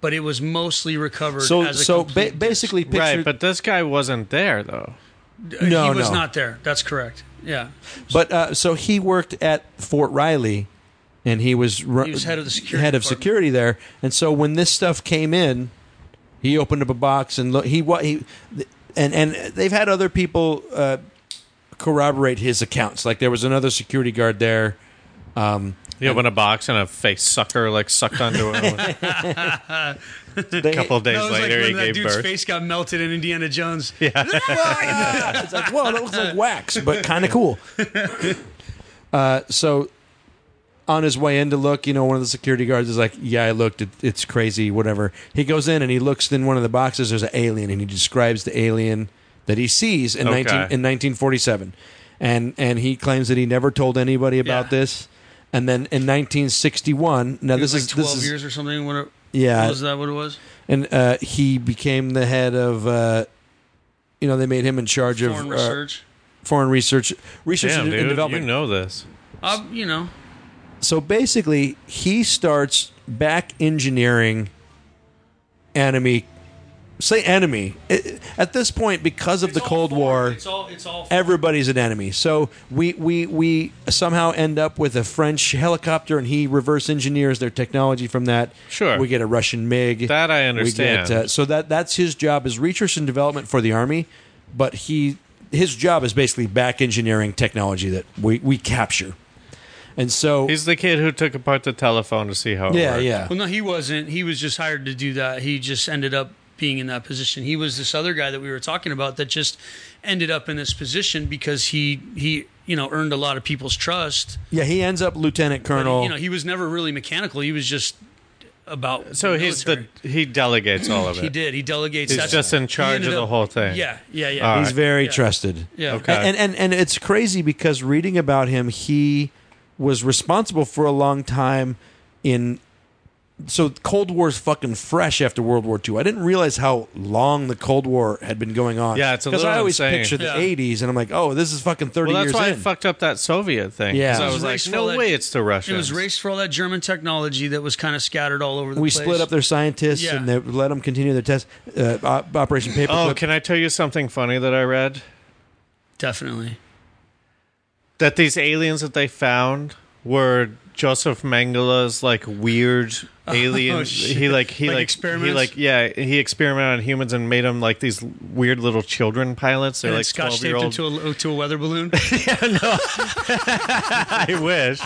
but it was mostly recovered. So as a so complete ba- basically, picture, right, but this guy wasn't there though. disc. no, he was no. not there. That's correct. Yeah, But uh, so he worked at Fort Riley, and he was ru- He was head of the security head of department. security there. And so when this stuff came in, he opened up a box and look. He what he and and they've had other people uh, corroborate his accounts. Like there was another security guard there. He opened a box and a face sucker like sucked onto him. a They- couple of days that was later, he like when that gave dude's birth. face got melted in Indiana Jones. it's like, whoa, that looks like wax, but kind of cool. Uh, so on his way in to look, you know, one of the security guards is like, yeah, I looked. It, it's crazy, whatever. He goes in and he looks in one of the boxes. There's an alien, and he describes the alien that he sees in, Okay. 19, in 1947. And, and he claims that he never told anybody about Yeah. this. And then in 1961, now It this was like is twelve this is years or something. When it, Yeah. was that what it was? and uh, he became the head of uh, you know they made him in charge Foreign of uh, research. foreign research research Damn, and, dude, development. you know this. Uh, you know, So basically, he starts back engineering enemy, say enemy. I- At this point, because of the Cold War, It's all it's all everybody's an enemy. So we we we somehow end up with a French helicopter, and he reverse engineers their technology from that. Sure. we get a Russian MiG. That I We get, understand. uh, so that that's his job is research and development for the army, but he his job is basically back engineering technology that we we capture. And so He's the kid who took apart the telephone to see how. It yeah, worked. yeah. Well, no, he wasn't. He was just hired to do that. He just ended up being in that position. He was this other guy that we were talking about that just ended up in this position because he he you know earned a lot of people's trust. Yeah, he ends up lieutenant colonel. You know, he was never really mechanical. He was just about So he's the military. he delegates all of it. he did he delegates. He's that's- just in he charge ended of the up- whole thing. Yeah, yeah, yeah. All he's right. very Yeah. trusted. yeah. Okay. And, and and it's crazy because reading about him, he was responsible for a long time in so Cold War's fucking fresh after World War II. I didn't realize how long the Cold War had been going on. Yeah, it's a because I little always insane. picture the Yeah. '80s, and I'm like, oh, this is fucking 30 Well, that's years why in. I fucked up that Soviet thing. Yeah. 'cause It I was was race like, for no all that- way, it's the It Russians. was race for all that German technology that was kind of scattered all over the we place. split up their scientists Yeah. and they let them continue their test. Uh, Op- Operation Paperclip. Oh, can I tell you something funny that I read? Definitely. That these aliens that they found were Joseph Mengele's like weird alien. Oh, shit. he like he Like like, experiments? He like yeah, he experimented on humans and made them like these weird little children pilots. They're And like twelve Scotch taped year old. into a, to a weather balloon. I wish.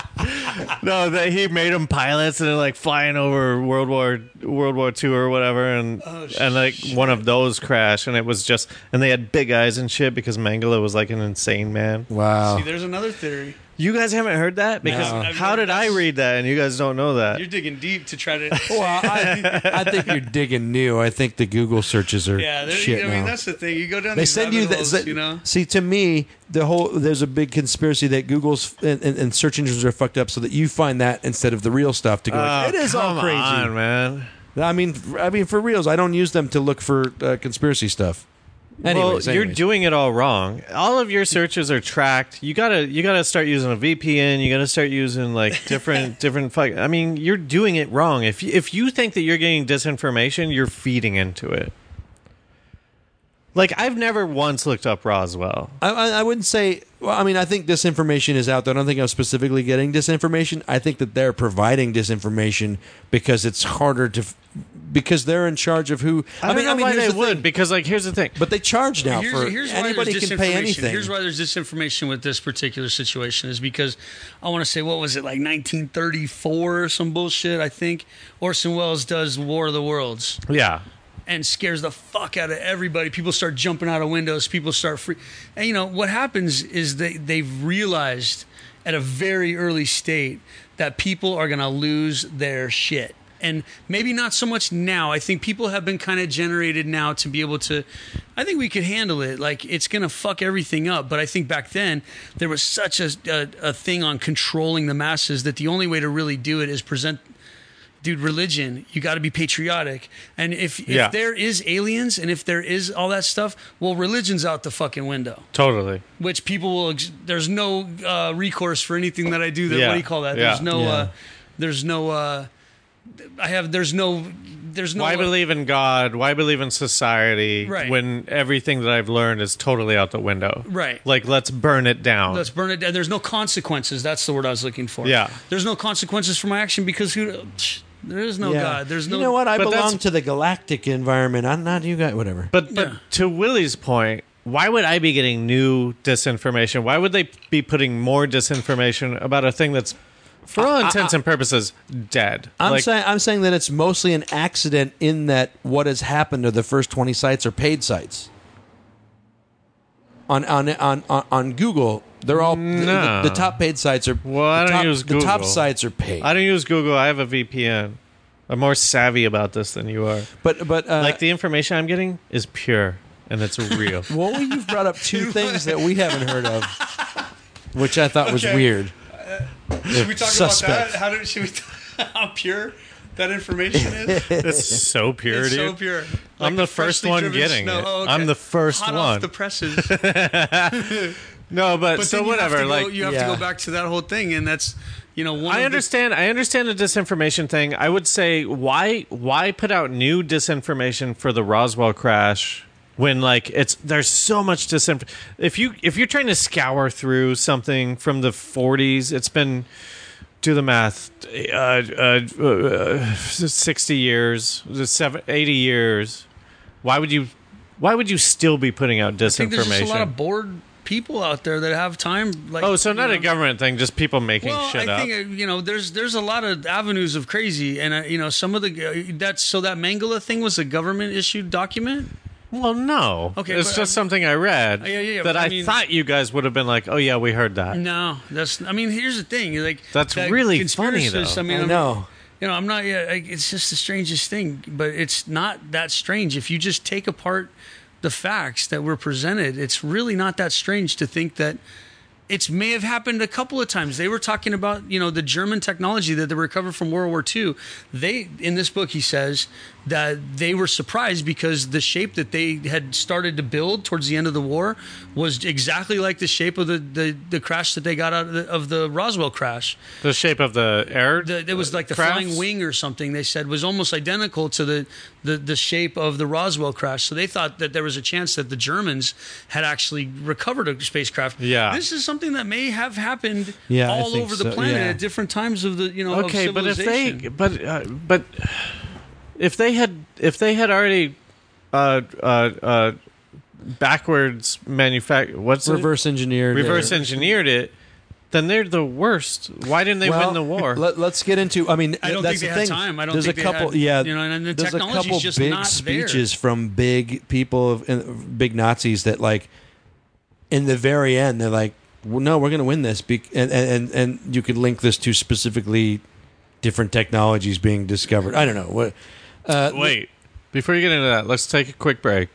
No, that he made them pilots and they're like flying over World War World War Two or whatever, and Oh, and like one of those crashed, and it was just and they had big eyes and shit because Mangala was like an insane man. wow. See, there's another theory. You guys haven't heard that because No. I've how heard did I that's- read that and you guys don't know that? You're digging deep to try to. Well, I, I think you're digging new. I think the Google searches are Yeah, there- shit I mean now. that's the thing. You go down. They these send you rabbit that. holes, that- you know. See, to me, the whole there's a big conspiracy that Google's and, and, and search engines are fucked up, so that you find that instead of the real stuff to go. Oh, like, it is all come crazy. on, man. I mean, I mean for reals. I don't use them to look for uh, conspiracy stuff. Anyways, well, you're anyways. doing it all wrong. All of your searches are tracked. You gotta you gotta start using a VPN. You gotta start using like different different. Fuck, I mean, you're doing it wrong. If you, if you think that you're getting disinformation, you're feeding into it. Like I've never once looked up Roswell. I, I, I wouldn't say. Well, I mean, I think disinformation is out there. I don't think I'm specifically getting disinformation. I think that they're providing disinformation because it's harder to, f- because they're in charge of who. I, don't mean, know I mean, why here's they the would thing, because like here's the thing. but they charge now Here's, for here's why anybody there's can pay disinformation. anything. Here's why there's disinformation with this particular situation is because I want to say what was it like 1934 or some bullshit I think Orson Welles does War of the Worlds yeah, and scares the fuck out of everybody. People start jumping out of windows. People start free. And you know what happens is they they've realized at a very early state that people are gonna lose their shit. And maybe not so much now. I think people have been kind of generated now to be able to. I think we could handle it. Like it's gonna fuck everything up. But I think back then there was such a, a, a thing on controlling the masses that the only way to really do it is present dude, religion, you got to be patriotic. And if, if Yeah. there is aliens and if there is all that stuff, well, religion's out the fucking window, Totally. which people will, ex- there's no uh, recourse for anything that I do that, Yeah. what do you call that? Yeah. There's no, Yeah. uh, there's no, uh, I have, there's no, there's no, Why believe in God? Why believe in society Right. when everything that I've learned is totally out the window? Right. Like, let's burn it down. Let's burn it down. There's no consequences. That's the word I was looking for. Yeah. There's no consequences for my action because who? psh, There is no Yeah. God. There's no. You know what? I But that's- belong to the galactic environment. I'm not you guys. Whatever. But but Yeah. to Willie's point, why would I be getting new disinformation? Why would they be putting more disinformation about a thing that's, for all intents and purposes, dead? I'm Like, saying I'm saying that it's mostly an accident in that what has happened to the first 20 sites are paid sites. On on on on, on Google, they're all the- No. the, the top paid sites are Well, I the don't top, use the top Google. sites are paid. I don't use Google. I have a VPN. I'm more savvy about this than you are. but but uh, Like the information I'm getting is pure and it's real. well, you've brought up two things that we haven't heard of, which I thought was Okay. weird. Uh, Should we talk Suspect. about that? How do? Should we? T- how pure that information is? It's so pure, It's dude. so pure. Like I'm the first freshly one driven getting snow. it. Oh, okay. I'm the first Hot one. off the presses. No, but, But so then you have whatever. to go- like you have yeah. to go back to that whole thing, and that's you know one. I understand. I understand the disinformation thing. I would say why why put out new disinformation for the Roswell crash when like it's there's so much disinf. If you if you're trying to scour through something from the 40s, it's been do the math. Uh, uh, uh, 60 years, the seven, 80 years. Why would you? Why would you still be putting out I think there's just a lot disinformation? of bored people out there that have time. Like Oh, so not you a know. government thing, just people making Well, shit I up. think uh, you know there's there's a lot of avenues of crazy, and uh, you know some of the uh, that's so that Mangala thing was a government issued document. Well, no. Okay, it's but, just um, something I read yeah, that yeah, but I I, mean- Mm. thought you guys would have been like, "Oh yeah, we heard that." No, that's I mean here's the thing, like That's that really funny, conspiracists, though. I mean, I I'm- know. you know I'm not yeah, like, it's just the strangest thing, but it's not that strange if you just take apart the facts that were presented. It's really not that strange to think that. It may have happened a couple of times. They were talking about, you know, the German technology that they recovered from World War II. They, in this book, he says that they were surprised because the shape that they had started to build towards the end of the war was exactly like the shape of the, the, the crash that they got out of the, of the Roswell crash. The shape of the air. The, it was like the crafts? flying wing or something. They said was almost identical to the, the the shape of the Roswell crash. So they thought that there was a chance that the Germans had actually recovered a spacecraft. Yeah. this is something that may have happened Yeah, I all think over so, the planet yeah. at different times of the you know. of Okay, but if they, civilization. but uh, but if they had, if they had already, uh, uh, uh, backwards manufacture. What's it? Reverse engineered. reverse uh, engineered it? Then they're the worst. Why didn't they well, win the war? Let, us get into. I mean, I don't that's think the they had thing. time. I don't there's think a they couple. had- yeah, you know, and the there's a technology's couple just big not there. speeches from big people of, in, big Nazis that like in the very end they're like, well, "No, we're going to win this," be- and, and and and you could link this to specifically different technologies being discovered. I don't know what. Wait, before you get into that, let's take a quick break.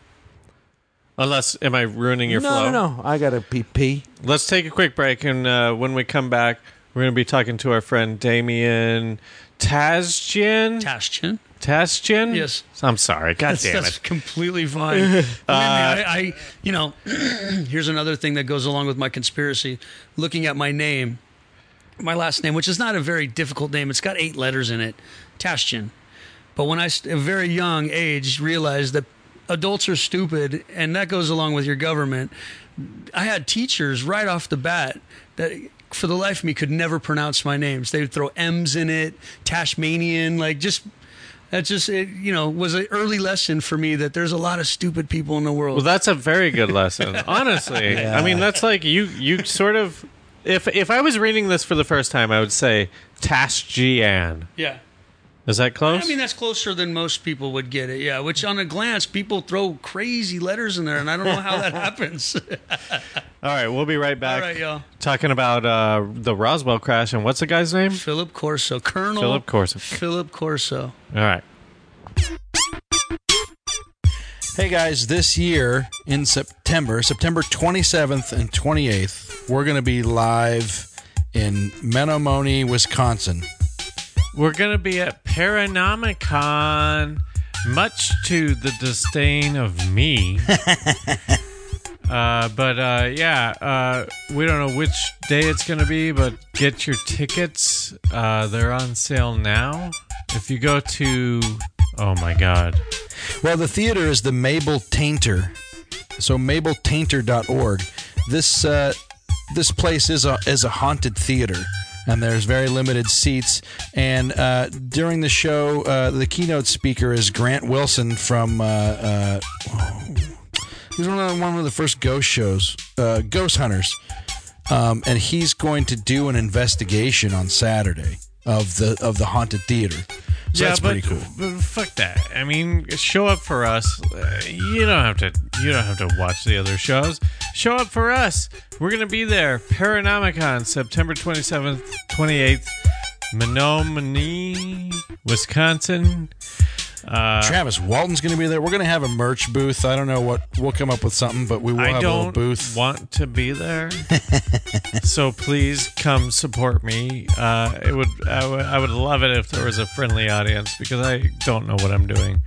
Unless, am I ruining your no, flow? no, no. I got a PP. Let's take a quick break, and uh, when we come back, we're going to be talking to our friend Damien Tasjian. Tashin. Tasjian? Yes. I'm sorry. God That's, damn that's it. completely fine. Uh, Believe me, I, I, you know, here's another thing that goes along with my conspiracy. Looking at my name, my last name, which is not a very difficult name, it's got eight letters in it, Tashchin. But when I, st- at a very young age, realized that adults are stupid, and that goes along with your government, I had teachers right off the bat that for the life of me could never pronounce my names. They would throw M's in it, Tashmanian, like just that just it, you know was an early lesson for me that there's a lot of stupid people in the world. Well, that's a very good lesson, honestly. I mean, that's like you, you sort of. If if I was reading this for the first time, I would say Tasjian. yeah. Is that close? I mean that's closer than most people would get it, yeah. Which on a glance, people throw crazy letters in there, and I don't know how that happens. All right, we'll be right back. All right, y'all. Talking about uh, the Roswell crash and what's the guy's name? Philip Corso, Colonel Philip Corso. Philip Corso. All right. Hey guys, this year in September, September 27th and 28th, we're going to be live in Menomonee, Wisconsin. We're going to be at Paranomicon, much to the disdain of me. uh, but uh, yeah, uh, we don't know which day it's going to be, but get your tickets. Uh, they're on sale now. If you go to. Oh my God. Well, the theater is the Mabel Tainter. So MabelTainter.org. This uh, this place is a is a haunted theater, and there's very limited seats. And uh, during the show, uh, the keynote speaker is Grant Wilson from. Uh, uh, he was one of the, one of the first ghost shows, uh, Ghost Hunters, um, and he's going to do an investigation on Saturday of the of the haunted theater. So that's but, pretty cool. but fuck that. I mean, show up for us. Uh, you don't have to. You don't have to watch the other shows. Show up for us. We're gonna be there. Paranomicon, September twenty seventh, twenty eighth, Menominee, Wisconsin. Uh, Travis Walton's going to be there. We're going to have a merch booth. I don't know what we'll come up with something, but we will I have a little don't booth. want to be there, so please come support me. Uh, it would I, w- I would love it if there was a friendly audience because I don't know what I'm doing.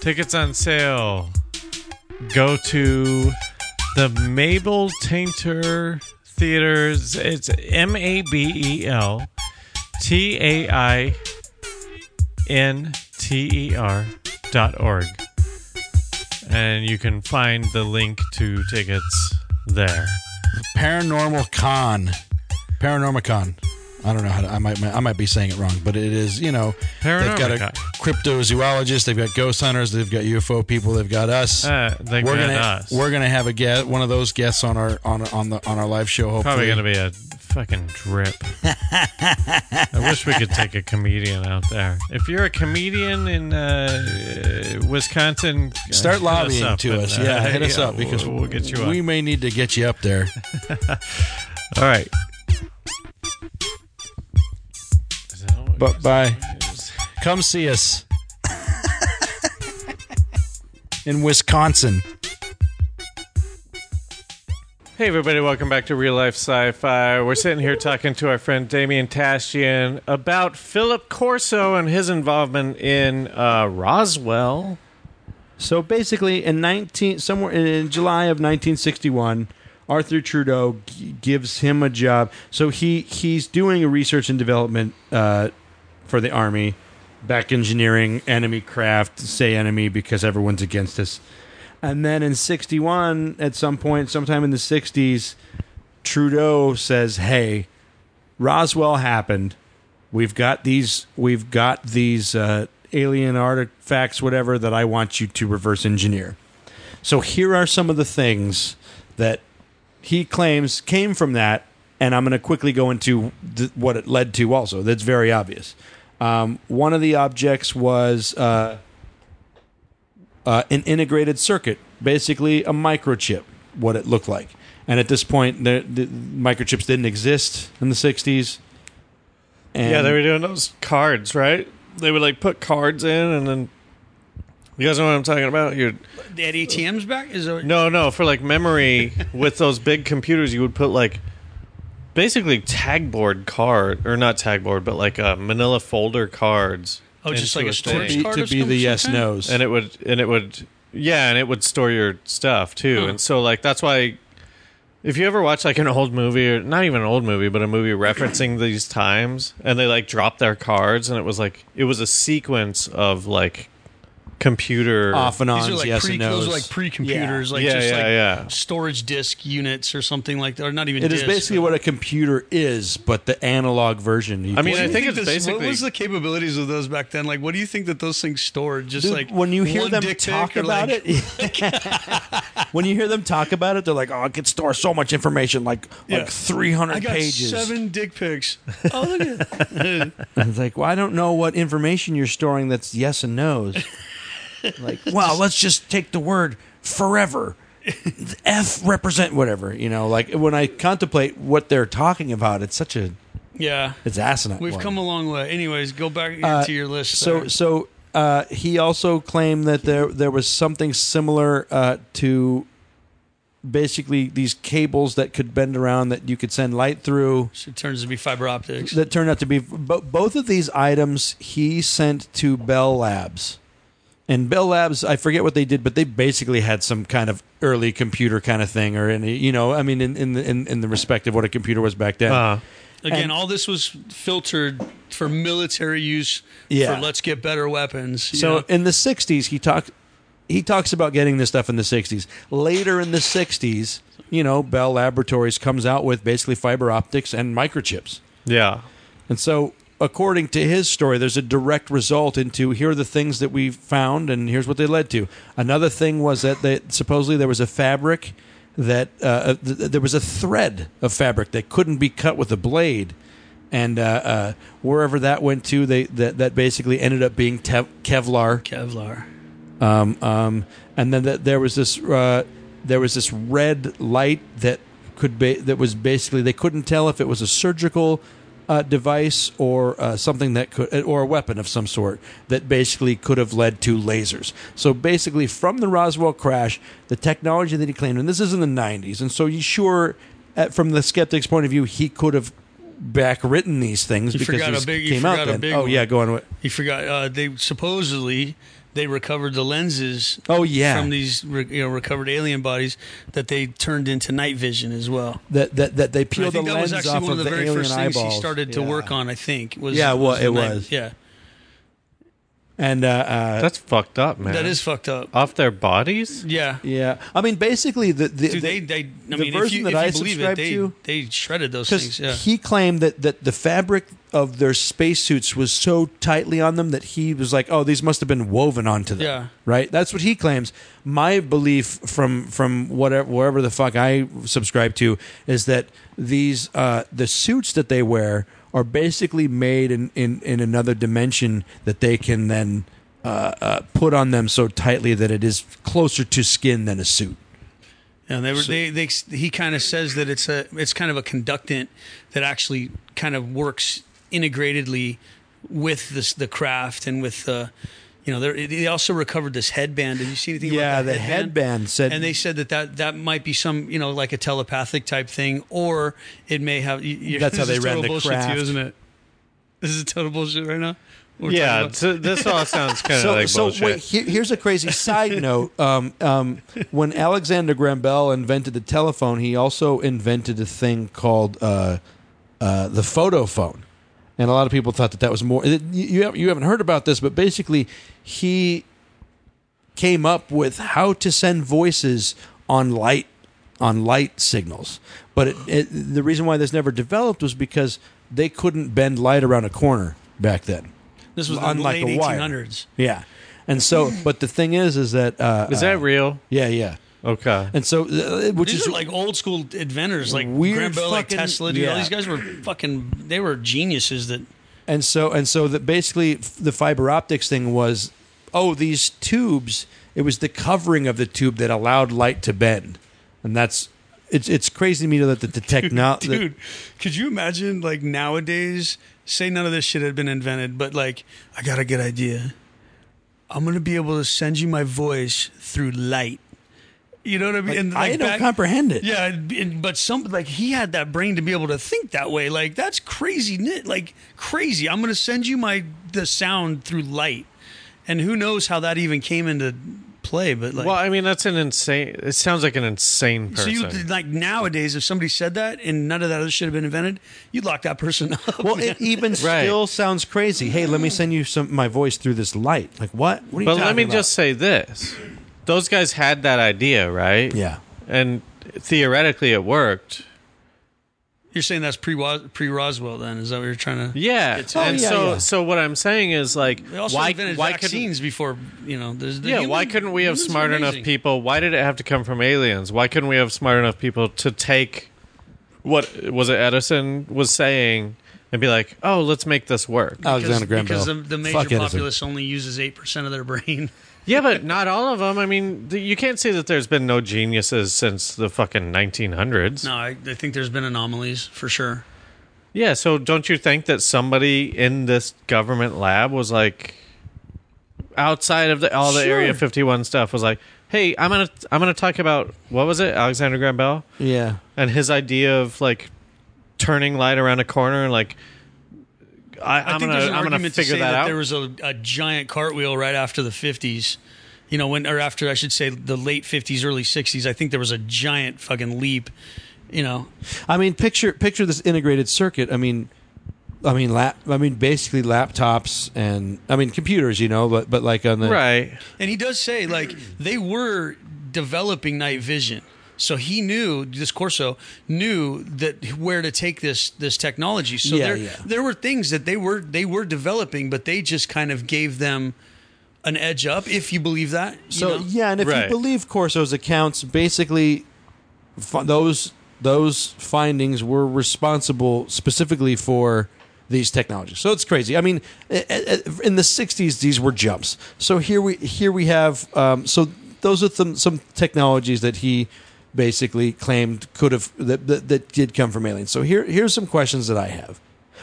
Tickets on sale. Go to the Mabel Tainter Theaters. It's M A B E L T A I N T E R dot org and you can find the link to tickets there. Paranormal Con, Paranormal Con. I don't know how to, I might I might be saying it wrong, but it is you know they've got a Paranormicon. cryptozoologist, they've got ghost hunters, they've got UFO people, they've got us. Uh, they we're got gonna us. we're gonna have a guest, one of those guests on our on on the on our live show. Hopefully, Probably going to be a fucking drip. I wish we could take a comedian out there. If you're a comedian in uh, uh, Wisconsin, uh, start hit lobbying up to and, us. uh, yeah, hit us yeah, up because we'll, we'll get you up. We may need to get you up there. All right. Is that all- But bye. Come see us in Wisconsin. Hey, everybody, welcome back to Real Life Sci Fi. We're sitting here talking to our friend Damien Tashian about Philip Corso and his involvement in uh, Roswell. So basically, in nineteen somewhere in, in July of nineteen sixty one, Arthur Trudeau g- gives him a job. So he he's doing a research and development uh, for the army, back engineering enemy craft. Say enemy because everyone's against us. And then in sixty one, at some point, sometime in the sixties, Trudeau says, "Hey, Roswell happened." we've got these we've got these uh, alien artifacts whatever that i want you to reverse engineer so here are some of the things that he claims came from that and i'm going to quickly go into th- what it led to also that's very obvious um, one of the objects was uh, uh, an integrated circuit basically a microchip what it looked like and at this point the, the microchips didn't exist in the 60s and Yeah, they were doing those cards, right? They would like put cards in and then. You guys know what I'm talking about? You'd, They had ATMs back. Is there, no, no, for like memory with those big computers, you would put like basically tagboard card or not tagboard, but like uh, manila folder cards. Oh, just into like a storage thing. card to or be the something? yes nos. and it would and it would yeah and it would store your stuff too and so like that's why if you ever watch like an old movie or not even an old movie but a movie referencing these times and they like drop their cards and it was like it was a sequence of like computer Off and These on, are like yes pre, and those no's. are like pre-computers, like Yeah, just yeah, like yeah. storage disk units or something like that, or not even. It is disk. basically what a computer is, but the analog version. You i mean can- i think it's this- What basically was the capabilities of those back then? Like, what do you think that those things stored? Just Dude, like when you hear one them dick pic talk or, about like- it, when you hear them talk about it, they're like, "Oh, it could store so much information, like Yeah. like three I hundred got pages." seven dick pics. Oh, look at And it. it's like, well, I don't know what information you're storing that's yes and no's. like, well, let's just take the word forever. The F represent whatever, you know, like when I contemplate what they're talking about, it's such a yeah, it's asinine. we've one. Uh, come a long way. Anyways, go back to your list. so there. so uh, he also claimed that there there was something similar uh, to basically these cables that could bend around that you could send light through. It turns to be fiber optics. That turned out to be bo- both of these items he sent to Bell Labs. And Bell Labs, I forget what they did, but they basically had some kind of early computer kind of thing, or any, you know, I mean, in in the, in, in the respect of what a computer was back then. Uh, Again, And- all this was filtered for military use. Yeah. For let's get better weapons. you So know? in the '60s, he talks he talks about getting this stuff in the '60s. Later in the '60s, you know, Bell Laboratories comes out with basically fiber optics and microchips. yeah. And so, according to his story, there's a direct result into here are the things that we found, and here's what they led to. Another thing was that they, supposedly there was a fabric that uh, th- th- there was a thread of fabric that couldn't be cut with a blade. And uh, uh, wherever that went to, they that, that basically ended up being tev- Kevlar Kevlar. um, um, and then th- there was this uh, there was this red light that could be that was basically they couldn't tell if it was a surgical uh, device or uh, something that could or a weapon of some sort that basically could have led to lasers. So basically, from the Roswell crash, the technology that he claimed, and this is in the '90s, and so you sure, at, from the skeptic's point of view, he could have back written these things You because forgot these a big- you came out forgot a then. big oh yeah, one. go on. with- You forgot. Uh, they supposedly they recovered the lenses. Oh, yeah. From these re- you know, recovered alien bodies that they turned into night vision as well. That, that that they And I peeled the think that lens was actually off one of the, very alien first things eyeballs. he started to work on. I think was Yeah, well, it the night- was. Yeah, And uh, uh, That's fucked up, man. that is fucked up. off their bodies. Yeah. yeah, I mean, basically the the, Dude, they, the- they, I the mean, if version you, that if you I believe it, subscribed they, to- they shredded those because things. Yeah. he claimed that that the fabric of their spacesuits was so tightly on them that he was like, oh, these must have been woven onto them. Yeah. Right. That's what he claims. My belief from from whatever wherever the fuck I subscribe to is that these uh, the suits that they wear are basically made in in, in another dimension that they can then. Uh, uh, put on them so tightly that it is closer to skin than a suit. And they were they, they he kind of says that it's a it's kind of a conductant that actually kind of works integratedly with this the craft and with the you know they they also recovered this headband. Did you see anything? Yeah, about that the headband said- and they said that, that that might be some you know like a telepathic type thing, or it may have. You, you- That's how this they is ran total the bullshit craft. too, isn't it? This is total bullshit right now. We're talking Yeah. about- so this all sounds kind of so, like so bullshit. wait, here, here's a crazy side note. Um, um, when Alexander Graham Bell invented the telephone, he also invented a thing called uh, uh, the photophone. And a lot of people thought that that was more. You, you you haven't heard about this, but basically, he came up with how to send voices on light on light signals. But it, it, the reason why this never developed was because they couldn't bend light around a corner back then. this was the Unlike late a wire. 1800s. Yeah. And so, but the thing is, is that uh, is that real? yeah, yeah. Okay. And so, uh, which These is are like old school inventors, like Weird Graham Bell, like fucking- Tesla. Dude, yeah. All these guys were fucking. They were geniuses. That and so and so that basically f- the fiber optics thing was, oh, these tubes. It was the covering of the tube that allowed light to bend, and that's it's it's crazy to me that the, the technology. dude, could you imagine? Like nowadays, say none of this shit had been invented, but like, I got a good idea. I'm gonna be able to send you my voice through light. You know what I mean? And, I like, don't back- comprehend it. Yeah, and- and- but some like he had that brain to be able to think that way. Like that's crazy, ni- like crazy. I'm gonna send you my the sound through light, and who knows how that even came into play. But like, well, I mean, that's an insane. It sounds like an insane so person. you like nowadays, if somebody said that and none of that other shit had been invented, you'd lock that person up. Well, it even still sounds crazy. Hey, let me send you some my voice through this light. Like what? What are you but let talking me about? just say this: those guys had that idea, right? yeah. And theoretically, it worked. You're saying that's pre pre Roswell, then? Is that what you're trying to? Yeah. It's- and Oh, yeah, so, yeah. so what I'm saying is like, They also why, invented why couldn't vaccines before you know. There's the yeah, human- why couldn't we have humans are smart enough amazing. people? Why did it have to come from aliens? Why couldn't we have smart enough people to take what was it Edison was saying and be like, "Oh, let's make this work." Alexander Graham because Bell. the, the Fuck major Edison. populace only uses eight percent of their brain. yeah, but not all of them. I mean, th- you can't say that there's been no geniuses since the fucking 1900s. No, I, I think there's been anomalies for sure. Yeah, so don't you think that somebody in this government lab was like outside of the, all the Area 51 stuff was like, hey, I'm gonna I'm gonna talk about what was it, Alexander Graham Bell, Yeah. and his idea of like turning light around a corner and like. I, I I'm think gonna there's an I'm gonna argument to figure say that that, out. there was a, a giant cartwheel right after the 50s. You know, when or after I should say the late 50s, early 60s. I think there was a giant fucking leap. You know, I mean, picture picture this integrated circuit. I mean, I mean, lap. I mean, basically laptops and I mean computers. You know, but but like on the right. and he does say like they were developing night vision. So he knew this Corso knew that where to take this this technology. So Yeah, there yeah. there were things that they were they were developing, but they just kind of gave them an edge up, if you believe that. you So know? yeah, and if Right. you believe Corso's accounts, basically f- those those findings were responsible specifically for these technologies. So it's crazy. I mean, i- i- in the '60s, these were jumps. So here we here we have. Um, so those are some some technologies that he basically claimed could have that, that that did come from aliens. So here here's some questions that I have.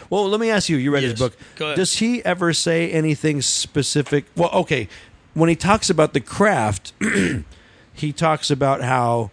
Well, let me ask you. You read Yes. his book. Go ahead. Does does he ever say anything specific? Well, okay. When he talks about the craft, he talks about how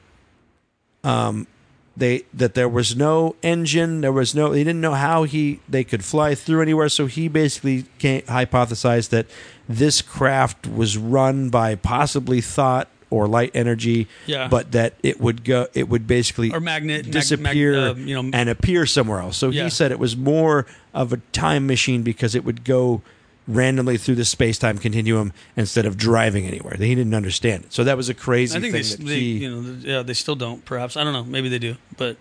um they that there was no engine, there was no they didn't know how he they could fly through anywhere, so he basically can hypothesized that this craft was run by possibly thought or light energy, Yeah. but that it would go it would basically Or magnet- mag- mag- disappear uh, you know, and appear somewhere else. So Yeah. he said it was more of a time machine because it would go randomly through the space-time continuum instead of driving anywhere. He didn't understand it. So that was a crazy I think thing they, that they he you know, th- yeah, they still don't. Perhaps I don't know. Maybe they do, but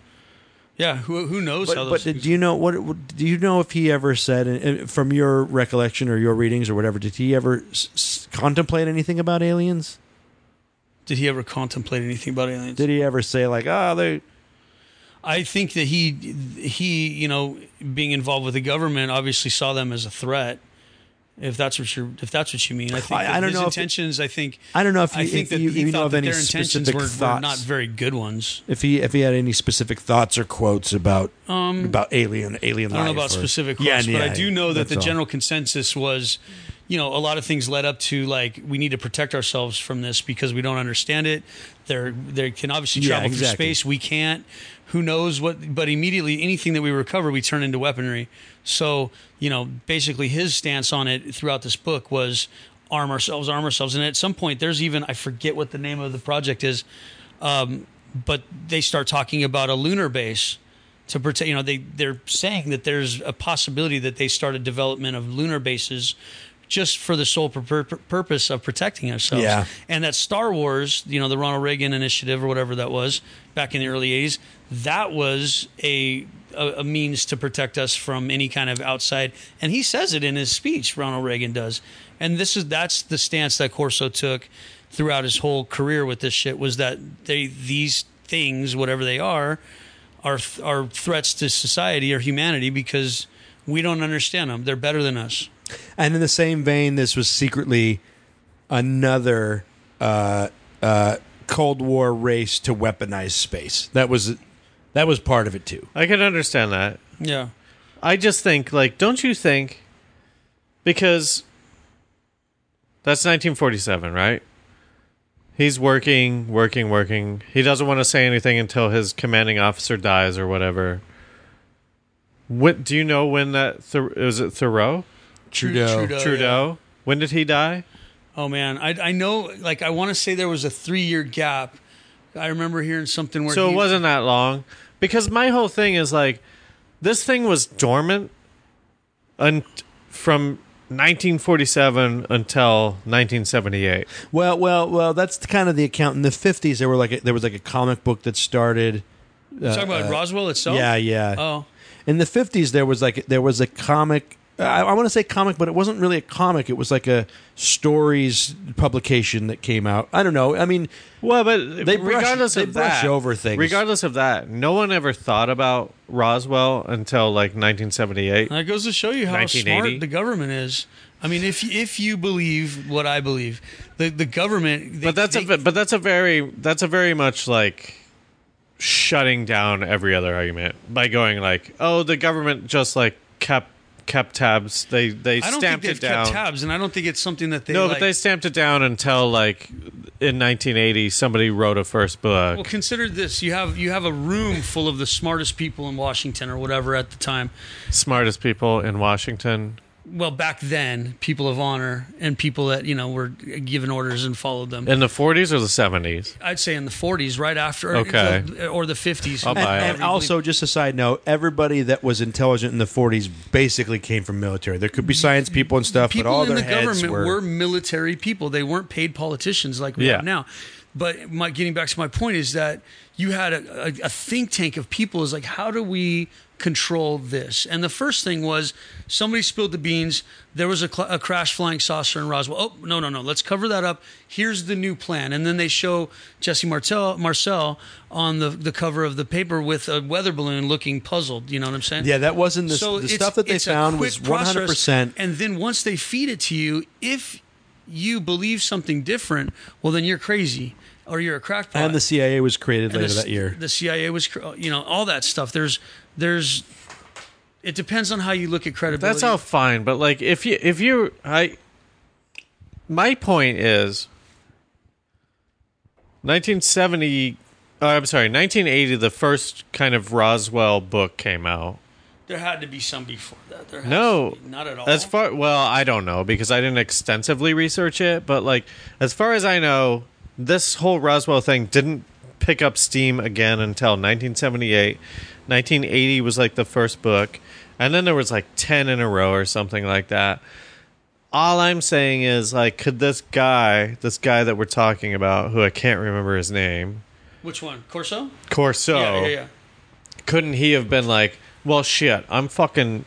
yeah, who who knows how but, those? but did, do you know what what- do you know if he ever said uh, from your recollection or your readings or whatever did he ever s- s- contemplate anything about aliens? did he ever contemplate anything about aliens? Did he ever say like, "Oh, they I think that he he you know being involved with the government obviously saw them as a threat. If that's what you if that's what you mean, I think I- I that don't his know if- intentions. I think I don't know if I you- think if that you- he you know thought of that any their intentions specific were, were thoughts. not very good ones. if he if he had any specific thoughts or quotes about about alien alien Um, I don't know life about or- specific Yeah, quotes, but yeah, I do know that that's the all. general consensus was, you know, a lot of things led up to like we need to protect ourselves from this because we don't understand it. They're they can obviously Yeah, travel through exactly. space, we can't. Who knows what? But immediately, anything that we recover, we turn into weaponry. So you know, basically, his stance on it throughout this book was arm ourselves, arm ourselves. And at some point, there's even I forget what the name of the project is um, but they start talking about a lunar base to protect. You know, they they're saying that there's a possibility that they start a development of lunar bases just for the sole pur- pur- purpose of protecting ourselves. Yeah. And that Star Wars, you know, the Ronald Reagan initiative or whatever that was back in the early 80s, that was a a, a means to protect us from any kind of outside. And he says it in his speech, Ronald Reagan does. And this is that's the stance that Corso took throughout his whole career with this shit was that they these things, whatever they are, are th- are threats to society or humanity because we don't understand them. They're better than us. And in the same vein, this was secretly another uh, uh, Cold War race to weaponize space. That was that was part of it too. I can understand that. Yeah. I just think, like, don't you think? Because that's 1947, right? He's working, working, working. He doesn't want to say anything until his commanding officer dies or whatever. What do you know when that Thor- was it Thoreau Trudeau. Trudeau? When did he die? Oh man, I I know. Like I want to say there was a three year gap. I remember hearing something where So he, it wasn't that long. Because my whole thing is like this thing was dormant un- from 1947 until 1978. Well, well, well. That's the- kind of the account in the fifties. There were like a, there was like a comic book that started. talking about Roswell itself. Uh, Yeah, yeah. Oh, In the fifties, there was like there was a comic. I, I want to say comic, but it wasn't really a comic. It was like a stories publication that came out. I don't know. I mean, Well, but They brush- regardless they of brush that, over things. Regardless of that, no one ever thought about Roswell until like 1978. that goes to show you how 1980. smart the government is. I mean, if if you believe what I believe, the the government. They, But that's they, a ve- but that's a very that's a very much like shutting down every other argument by going like, oh, the government just like kept kept tabs. They they I don't think stamped they've it down. kept tabs, and I don't think it's something that they no, but like- they stamped it down until like in 1980 somebody wrote a first book. Well, consider this: you have you have a room full of the smartest people in Washington or whatever at the time. Smartest people in Washington. Well, back then, people of honor and people that you know were given orders and followed them. In the 40s or the 70s? I'd say in the 40s, right after, Okay. or the 50s. I'll buy it. And also, just a side note: everybody that was intelligent in the '40s basically came from military. There could be science people and stuff, Mm-hmm. people but all in their the heads government were. were... military people. They weren't paid politicians like we Yeah. have now. But my getting back to my point is that you had a, a, a think tank of people is like, how do we control this? And the first thing was somebody spilled the beans. There was a, cl- a crash flying saucer in Roswell. Oh no no no! Let's cover that up. Here's the new plan. And then they show Jesse Martel Marcel on the the cover of the paper with a weather balloon looking puzzled. You know what I'm saying? yeah, that wasn't the, so the it's- stuff that they it's a found was quick process, 100. percent And then once they feed it to you, if you believe something different, well, then you're crazy or you're a crackpot. And the CIA was created And later the- that year. the CIA was, cr- you know, all that stuff. There's, there's. It depends on how you look at credibility. That's all fine, but like if you if you I my point is 1970 uh, I'm sorry, 1980 the first kind of Roswell book came out. There had to be some before that. There has No, to be. not at all. As far well, I don't know because I didn't extensively research it, but like as far as I know, this whole Roswell thing didn't pick up steam again until 1978. 1980 was like the first book, and then there was like 10 in a row or something like that. All I'm saying is like could this guy, this guy that we're talking about who I can't remember his name, Which one, Corso? Corso Oh. Yeah, yeah, yeah. couldn't he have been like, well, shit, I'm fucking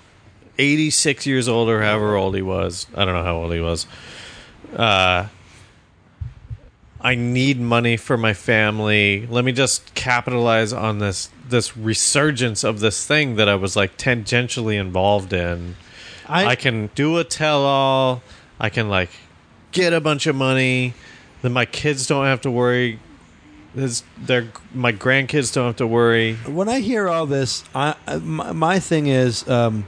86 years old or however old he was. I don't know how old he was. Uh, I need money for my family. Let me just capitalize on this this resurgence of this thing that I was like tangentially involved in. I, can do a tell all. I can like get a bunch of money. Then my kids don't have to worry. His, their my grandkids don't have to worry. when I hear all this, I, I- my, my thing is, um,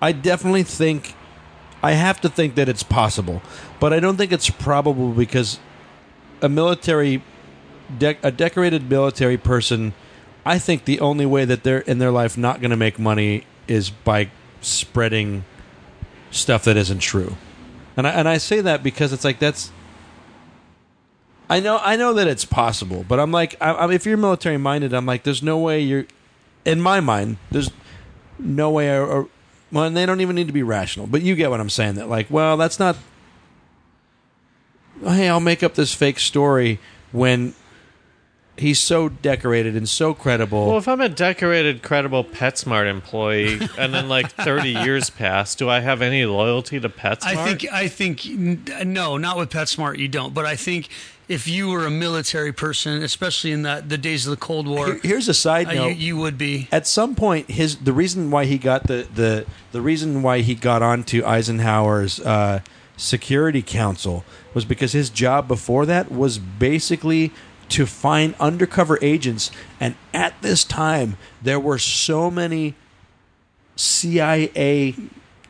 I definitely think, I have to think that it's possible, but I don't think it's probable because a military, dec a decorated military person, I think the only way that they're in their life not going to make money is by spreading stuff that isn't true, and I, and I say that because it's like that's I know, I know that it's possible, but I'm like, I, I, if you're military minded, I'm like, there's no way you're, in my mind, there's no way. Or, or, well, and they don't even need to be rational, but you get what I'm saying. That like, well, that's not. Hey, I'll make up this fake story when he's so decorated and so credible. Well, if I'm a decorated, credible PetSmart employee, and then like 30 years pass, do I have any loyalty to PetSmart? I think I think n- no, not with PetSmart you don't. But I think if you were a military person, especially in that the days of the Cold War, Here- Here's a side uh, note. you, you would be. at some point his the reason why he got the the the reason why he got onto Eisenhower's uh, security council was because his job before that was basically to find undercover agents and at this time there were so many CIA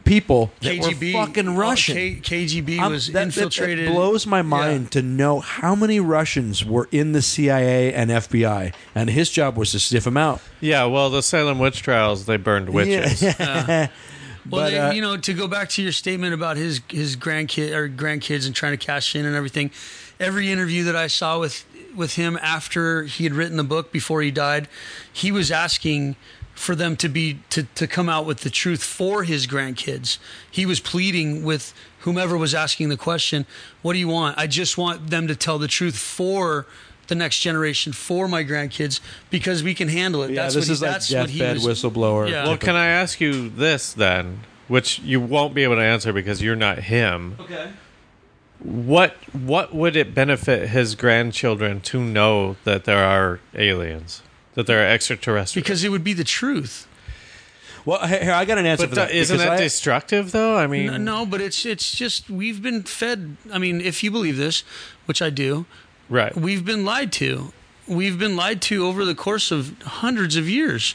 people that KGB, were fucking Russian. uh, K- KGB I'm- was that- that- that infiltrated. blows my Yeah. mind to know how many Russians were in the CIA and FBI, and his job was to sniff them out. Yeah, well, the Salem witch trials, they burned witches. Well, but, they- uh, you know, to go back to your statement about his his grandkid or grandkids and trying to cash in and everything, every interview that I saw with with him after he had written the book before he died, he was asking for them to be to to come out with the truth for his grandkids. He was pleading with whomever was asking the question, "What do you want? I just want them to tell the truth for." The next generation for my grandkids because we can handle it. Yeah, that's this what he, is like that's what he deathbed was- whistleblower. Yeah. Well, can I ask you this then, which you won't be able to answer because you're not him? Okay. What What would it benefit his grandchildren to know that there are aliens, that there are extraterrestrials? Because it would be the truth. Well, here, here, I got an answer but for tha- that. isn't because that I- destructive though? I mean, No, no, but it's it's just we've been fed. I mean, if you believe this, which I do, right? we've been lied to. We've been lied to over the course of hundreds of years.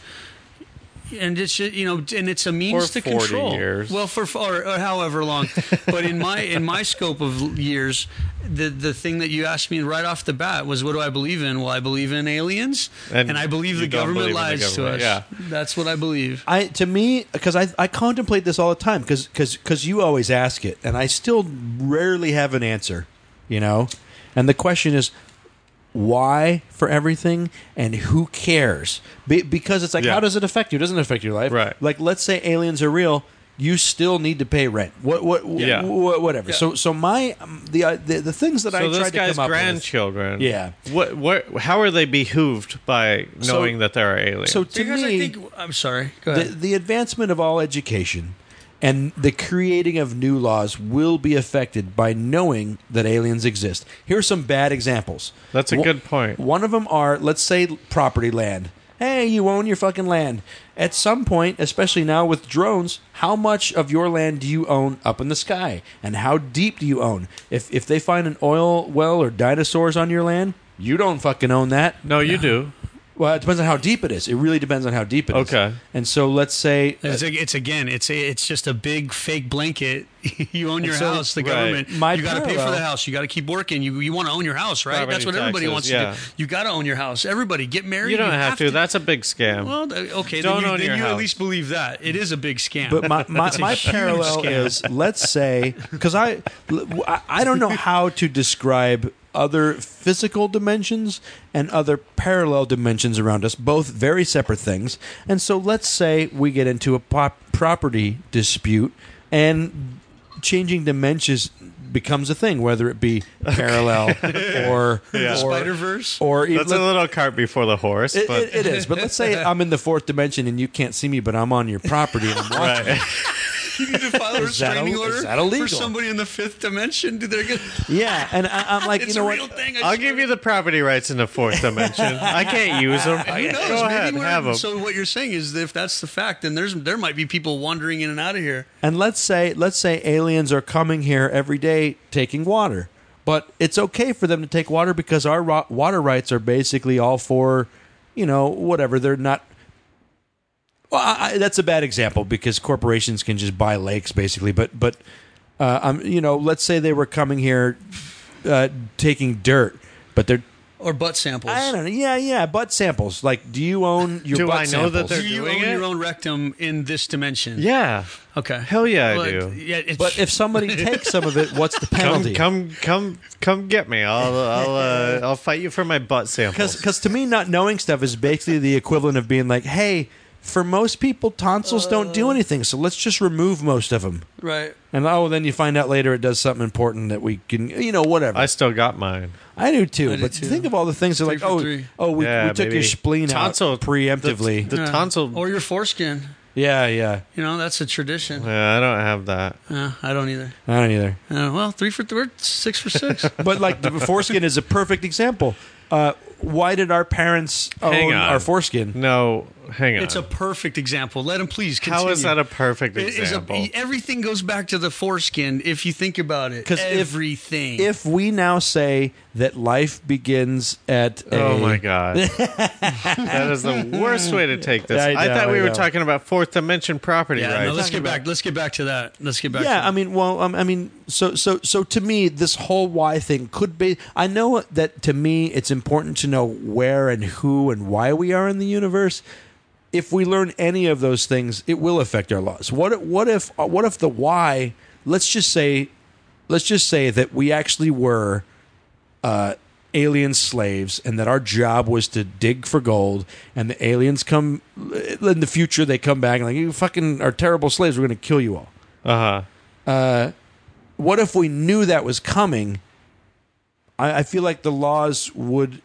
and it's ju- you know, and it's a means Or to 40 control. years. Well, for or, or however long, but in my in my scope of years, the the thing that you asked me right off the bat was, what do I believe in? Well, I believe in aliens, And and, I believe you the don't believe government in the lies government, to us. yeah. that's what I believe. I to me because I I contemplate this all the time because because you always ask it and I still rarely have an answer, you know, and the question is why for everything and who cares Be, because it's like Yeah. how does it affect you? It doesn't affect your life, Right. Like let's say aliens are real, you still need to pay rent. What what Yeah. yeah. whatever. So so my um, the uh, the, the things that I So tried this to guy's come up grandchildren. with. Yeah. What? What? How are they behooved by So- knowing that there are aliens? So to because me, I think I'm sorry. Go the, ahead. the advancement of all education and the creating of new laws will be affected by knowing that aliens exist. Here are some bad examples. That's a Wh- good point. One of them are, let's say, property land. Hey, you own your fucking land. At some point, especially now with drones, how much of your land do you own up in the sky? And how deep do you own? If, if they find an oil well or dinosaurs on your land, you don't fucking own that. no, you do. Well, it depends on how deep it is. It really depends on how deep it is. Okay. And so let's say It's, a, it's again, it's a, it's just a big fake blanket. you own your so- house, the Right. government. My you got to pay for parallel- the house. You got to keep working. You you want to own your house, right? Property That's what everybody taxes, wants yeah. to do. You got to own your house. Everybody get married. You don't have to. That's a big scam. well, th- okay. Don't then you, own then your you house. at least believe that it is a big scam. But my my, It's a my huge parallel scam. is let's say because I I- I don't know how to describe other physical dimensions and other parallel dimensions around us, both very separate things. And so let's say we get into a pop property dispute and changing dimensions becomes a thing, whether it be parallel or, Yeah. or Spider Verse. or even. That's a little cart before the horse. It, but it- it is, but let's say I'm in the fourth dimension and you can't see me, but I'm on your property and I'm watching. You need to file a Is that restraining al- is order that illegal? for somebody in the fifth dimension. Dude, They're gonna, Yeah, and I, I'm like, it's you know a what? real thing. I I'll swear. give you the property rights in the fourth dimension. I can't use them. Who knows? Go Maybe ahead, we're- have them. So what you're saying is, that if that's the fact, then there's there might be people wandering in and out of here. And let's say let's say aliens are coming here every day taking water, but it's okay for them to take water because our ro- water rights are basically all for, you know, whatever. They're not. Well, I, I- that's a bad example because corporations can just buy lakes basically, but but uh, I'm you know, let's say they were coming here uh, taking dirt, but they're Or butt samples. I don't know, yeah, yeah, butt samples. Like, do you own your Do butt I know that samples? they're- Do you doing own it? your own rectum in this dimension? yeah. Okay. Hell yeah, I Well, do. it- Yeah, it's, But if somebody takes some of it, what's the Come, penalty? come, come, come get me. I'll, I'll, uh, I'll fight you for my butt samples. Because to me, not knowing stuff is basically the equivalent of being like, hey, for most people, tonsils don't do anything, so let's just remove most of them. right. And oh, then you find out later it does something important that we can, you know, whatever. I I, still got mine. do too. I do but too. think of all the things that, like, for oh, three. oh, we, Yeah, we took your baby. spleen Tonsil- out preemptively. The Yeah. tonsil. or your foreskin. yeah, yeah. You know, that's a tradition. Yeah, I don't have that. Uh, I don't either. I don't either. Uh, well, three for three, six for six. But like the foreskin is a perfect example. Uh, why did our parents Hang own on. our foreskin? No, hang on. it's a perfect example. Let him please continue. How is that a perfect It is a- E- example? everything goes back to the foreskin if you think about it. 'Cause if- everything. If we now say that life begins at Oh a- my god, that is the worst way to take this. I I, know, thought we I were know. talking about fourth dimension property yeah, rights. no, let's get back. Let's get back to that. Let's get back. to Yeah, that. I mean, well, um, I mean, so so so to me, this whole why thing could be. I know that to me, it's important to know where and who and why we are in the universe. If we learn any of those things, it will affect our laws. What if- what if uh, what if the why? Let's just say, let's just say that we actually were alien slaves and that our job was to dig for gold and the aliens come in the future they come back and like you fucking are terrible slaves we're going to kill you all Uh, Uh-huh. what if we knew that was coming I, I feel like the laws would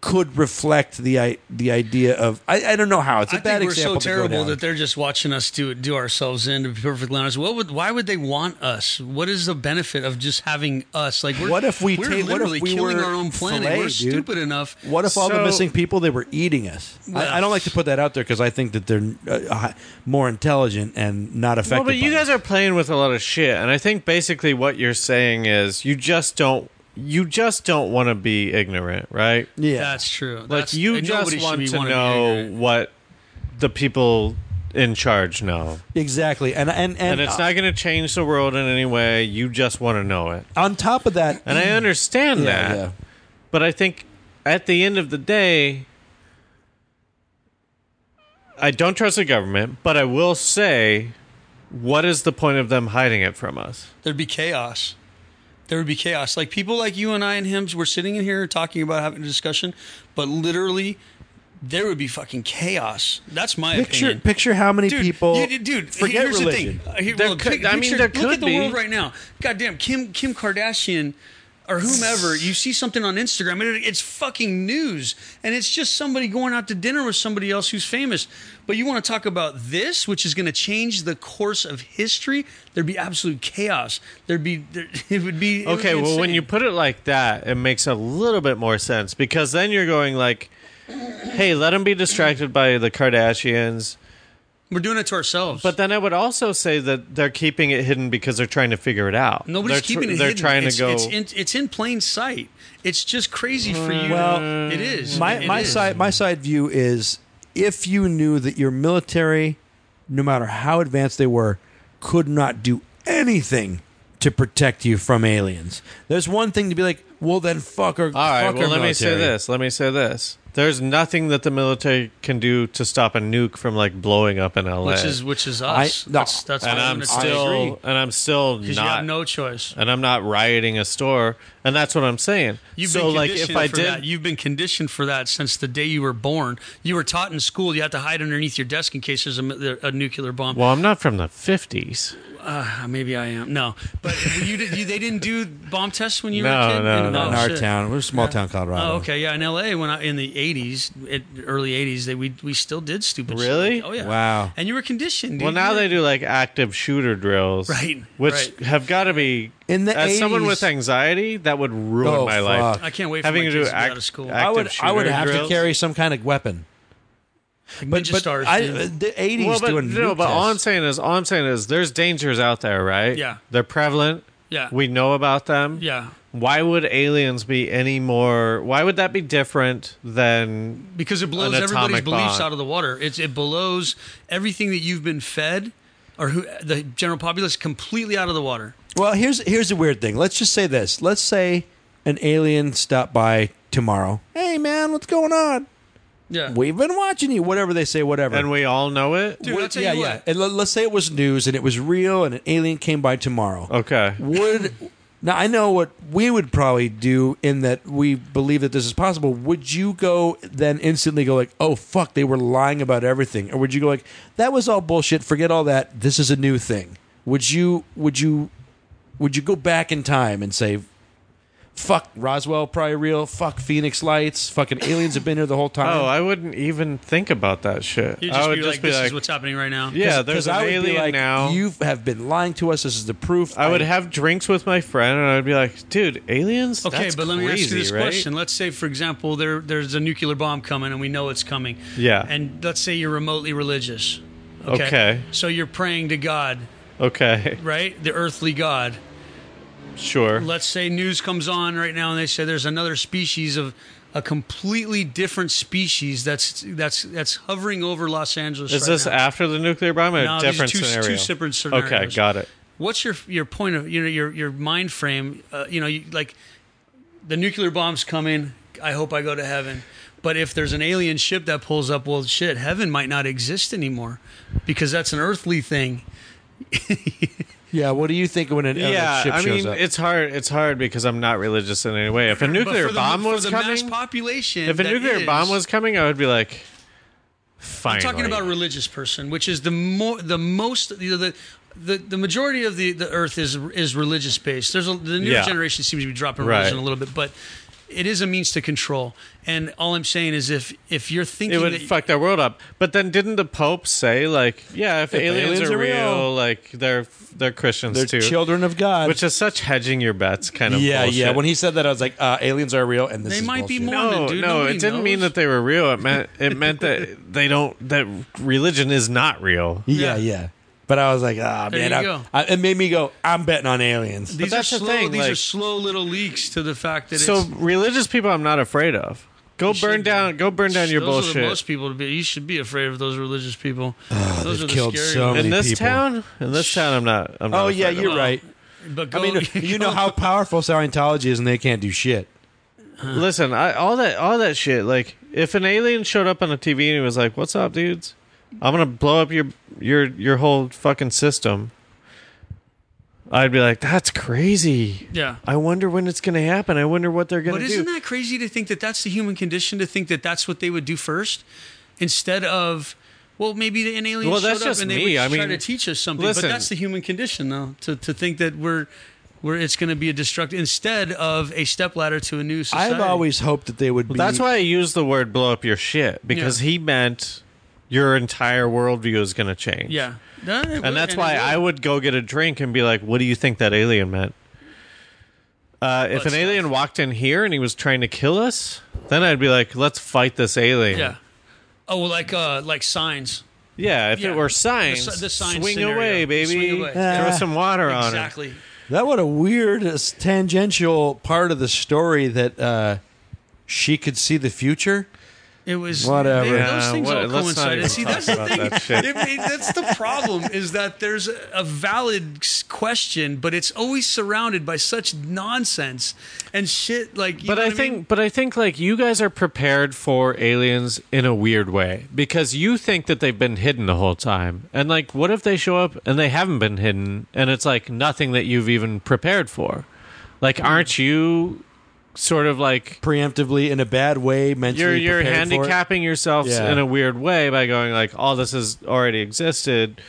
could reflect the i- the idea of I, I don't know how it's a I bad think we're example so to go terrible down. that they're just watching us do do ourselves in. To be perfectly honest, what would why would they want us? What is the benefit of just having us? Like, we're, What if we we're ta- what if literally we killing were our own planet? filet, we're dude? stupid enough. What if all the So- missing people they were eating us? I, I don't like to put that out there because I think that they're uh, uh, more intelligent and not affected. Well, but you by guys it. are playing with a lot of shit, and I think basically what you're saying is you just don't you just don't want to be ignorant, right? yeah. That's true. Like That's, you and just nobody should want be to wanting know ignorant. what the people in charge know. Exactly. And and uh, And and, it's not going to change the world in any way. You just want to know it. on top of that, And I understand Mm. Yeah, that. yeah. But I think at the end of the day, I don't trust the government, but I will say, what is the point of them hiding it from us? There'd be chaos. There would be chaos. Like people like you and I and him, we're sitting in here talking about having a discussion, but literally, there would be fucking chaos. That's my picture opinion. picture how many Dude, people you- dude. forget here's religion. the thing. Uh, Here, There well, could- pic- I mean, picture- there look could at the be. world right now. Goddamn, Kim Kim Kardashian or whomever you see something on Instagram, it, it's fucking news, and it's just somebody going out to dinner with somebody else who's famous. But you want to talk about this, which is going to change the course of history? There'd be absolute chaos. There'd be there, it would be it would Okay, be well, when insane. you put it like that, it makes a little bit more sense because then you're going like, "Hey, let them be distracted by the Kardashians." we're doing it to ourselves, But then I would also say that they're keeping it hidden because they're trying to figure it out. Nobody's they're tr- keeping it. They're hidden. trying to It's- go. It's in, it's in plain sight. It's just crazy for you. Well, it is. my It my is. side my side view is if you knew that your military, no matter how advanced they were, could not do anything to protect you from aliens. There's one thing to be like, well then fuck our All right. fuck Well, our let me say military. this. Let me say this. There's nothing that the military can do to stop a nuke from like blowing up in LA. which is which is us. I- no. that's that's and what I'm gonna say. still and I'm still because you not have no choice. and I'm not rioting a store. And that's what I'm saying. You've so been like conditioned if I for did that. You've been conditioned for that since the day you were born. You were taught in school you had to hide underneath your desk in case there's a, a nuclear bomb. Well, I'm not from the 50s. Ah, Maybe I am. No, but you, did- you they didn't do bomb tests when you No, were a kid. no, no. oh, in our shit. town. We're a small town, Colorado. Oh, okay, yeah. In L.A., when I in the '80s, it, early '80s, they we we still did stupid. shit. Really? Oh yeah. Wow. And you were conditioned. Well, dude. now You they were- do like active shooter drills, Right, Which right. have got to be In the as someone 80s with anxiety that would ruin Oh, my fuck. life. I can't wait for Having my to do kids to be act- out of school. act- I would active I would shooter have to drills. carry some kind of weapon. Like But ninja but stars. I, dude. uh, the 80s Well, but doing no, nuke but all I'm tests. saying is, all I'm saying is, there's dangers out there, right? Yeah. they're prevalent. yeah. We know about them. yeah. Why would aliens be any more? Why would that be different than because it blows an everybody's atomic beliefs bomb. out of the water. It's, it blows everything that you've been fed or who the general populace completely out of the water. Well, here's here's the weird thing. Let's just say this. Let's say an alien stopped by tomorrow. Hey man, what's going on? Yeah. We've been watching you. Whatever they say, whatever. and we all know it? Dude, I'll tell yeah, you yeah. what. And let, us say it was news and it was real, and an alien came by tomorrow. Oh. Okay. Would now I know what we would probably do in that we believe that this is possible. Would you go then instantly go like, oh fuck, they were lying about everything, or would you go like, that was all bullshit, forget all that, this is a new thing? Would you would you would you go back in time and say, fuck Roswell, probably real, fuck Phoenix Lights, fucking aliens have been here the whole time? Oh, I wouldn't even think about that shit. You'd I just would be just like, be this like, is what's happening right now. yeah, there's an I would be alien like, now. You have been lying to us. This is the proof. I would have drinks with my friend, and I'd be like, "Dude, aliens? Okay, That's but let me ask you crazy, this right? question. Let's say, for example, there there's a nuclear bomb coming, and we know it's coming. Yeah. And let's say you're remotely religious. Okay. So you're praying to God, Okay, right? The earthly God. sure. let's say news comes on right now and they say there's another species of a completely different species that's that's that's hovering over Los Angeles. Is right this now. after the nuclear bomb? Or No, a these are different two- two scenario. separate Okay, scenarios. got it. What's your your point of you know your your mind frame? Uh, you know, you, like the nuclear bombs coming. I hope I go to heaven. But if there's an alien ship that pulls up, well, shit, heaven might not exist anymore because that's an earthly thing. Yeah. What do you think when an alien Yeah, Oh, ship I shows mean, up? it's hard. It's hard because I'm not religious in any way. If a but nuclear for the, bomb for was the mass coming, population. if a that nuclear bomb is- was coming, I would be like, "Fine." I'm talking about a religious person, which is the more the most you know, the the the majority of the, the earth is is religious based. There's a, the newer Yeah. generation seems to be dropping Right. religion a little bit, but it is a means to control. And all I'm saying is if if you're thinking it would that, fuck their world up. But then, didn't the Pope say like, "Yeah, if, aliens, aliens are, are real, real, like they're they're Christians They're too," children of God. which is such hedging your bets kind of. yeah, yeah. bullshit. When he said that, I was like, uh, aliens are real, and this They is might be bullshit. more- no, dude. no, Nobody it didn't mean knows. that they were real. It meant it meant that they don't that religion is not real. Yeah, yeah. Yeah. But I was like, ah, There man, you I- go. I- it made me go. I'm betting on aliens. these are that's the slow thing, these are like- slow little leaks to the fact that So it's religious people, I'm not afraid of. Go You burn should- down. Go burn down your those bullshit. Are the most people to be. You should be afraid of those religious people. those are the Ah, killed scary so ones. in many this people. town, in this town, I'm not. I'm not Oh yeah, afraid of you're right. But go, I mean, you know how powerful Scientology is, and they can't do shit. it. Listen, I, all that, all that shit. Like, if an alien showed up on a TV and he was like, "What's up, dudes? I'm gonna blow up your your your whole fucking system," I'd be like, "That's crazy. Yeah. I wonder when it's gonna happen. I wonder what they're gonna But do." isn't that crazy to think that that's the human condition to think that that's what they would do first instead of well maybe an alien Well, showed that's up just and they me. would I try mean, to teach us something. listen. but that's the human condition though to, to think that we're where it's going to be a destruct instead of a stepladder to a new society. I've always hoped that they would be. That's why I use the word "blow up your shit" because Yeah. he meant your entire worldview is gonna change. yeah, And that's why I would go get a drink and be like, "What do you think that alien meant?" Uh, if Let's an alien walked in here and he was trying to kill us, then I'd be like, "Let's fight this alien." yeah. Oh, well, like uh, like signs. Yeah, If Yeah. it were The si- signs, the sign swing scenario. away, baby. Swing away. Throw some water on it. exactly. that what a weird uh, tangential part of the story that uh, she could see the future. It was Whatever. they- Yeah, those things what- all let's not even coincided. See, talk that's the about thing. that shit. It- it- that's the problem is that there's a valid s- question, but it's always surrounded by such nonsense and shit. Like, you but know I what think, mean? but I think, like you guys are prepared for aliens in a weird way because you think that they've been hidden the whole time, and like, what if they show up and they haven't been hidden, and it's like nothing that you've even prepared for? Like, aren't you sort of like preemptively in a bad way you're mentally you're prepared for it. handicapping yourself Yeah. in a weird way by going like, "Oh, this has already existed,"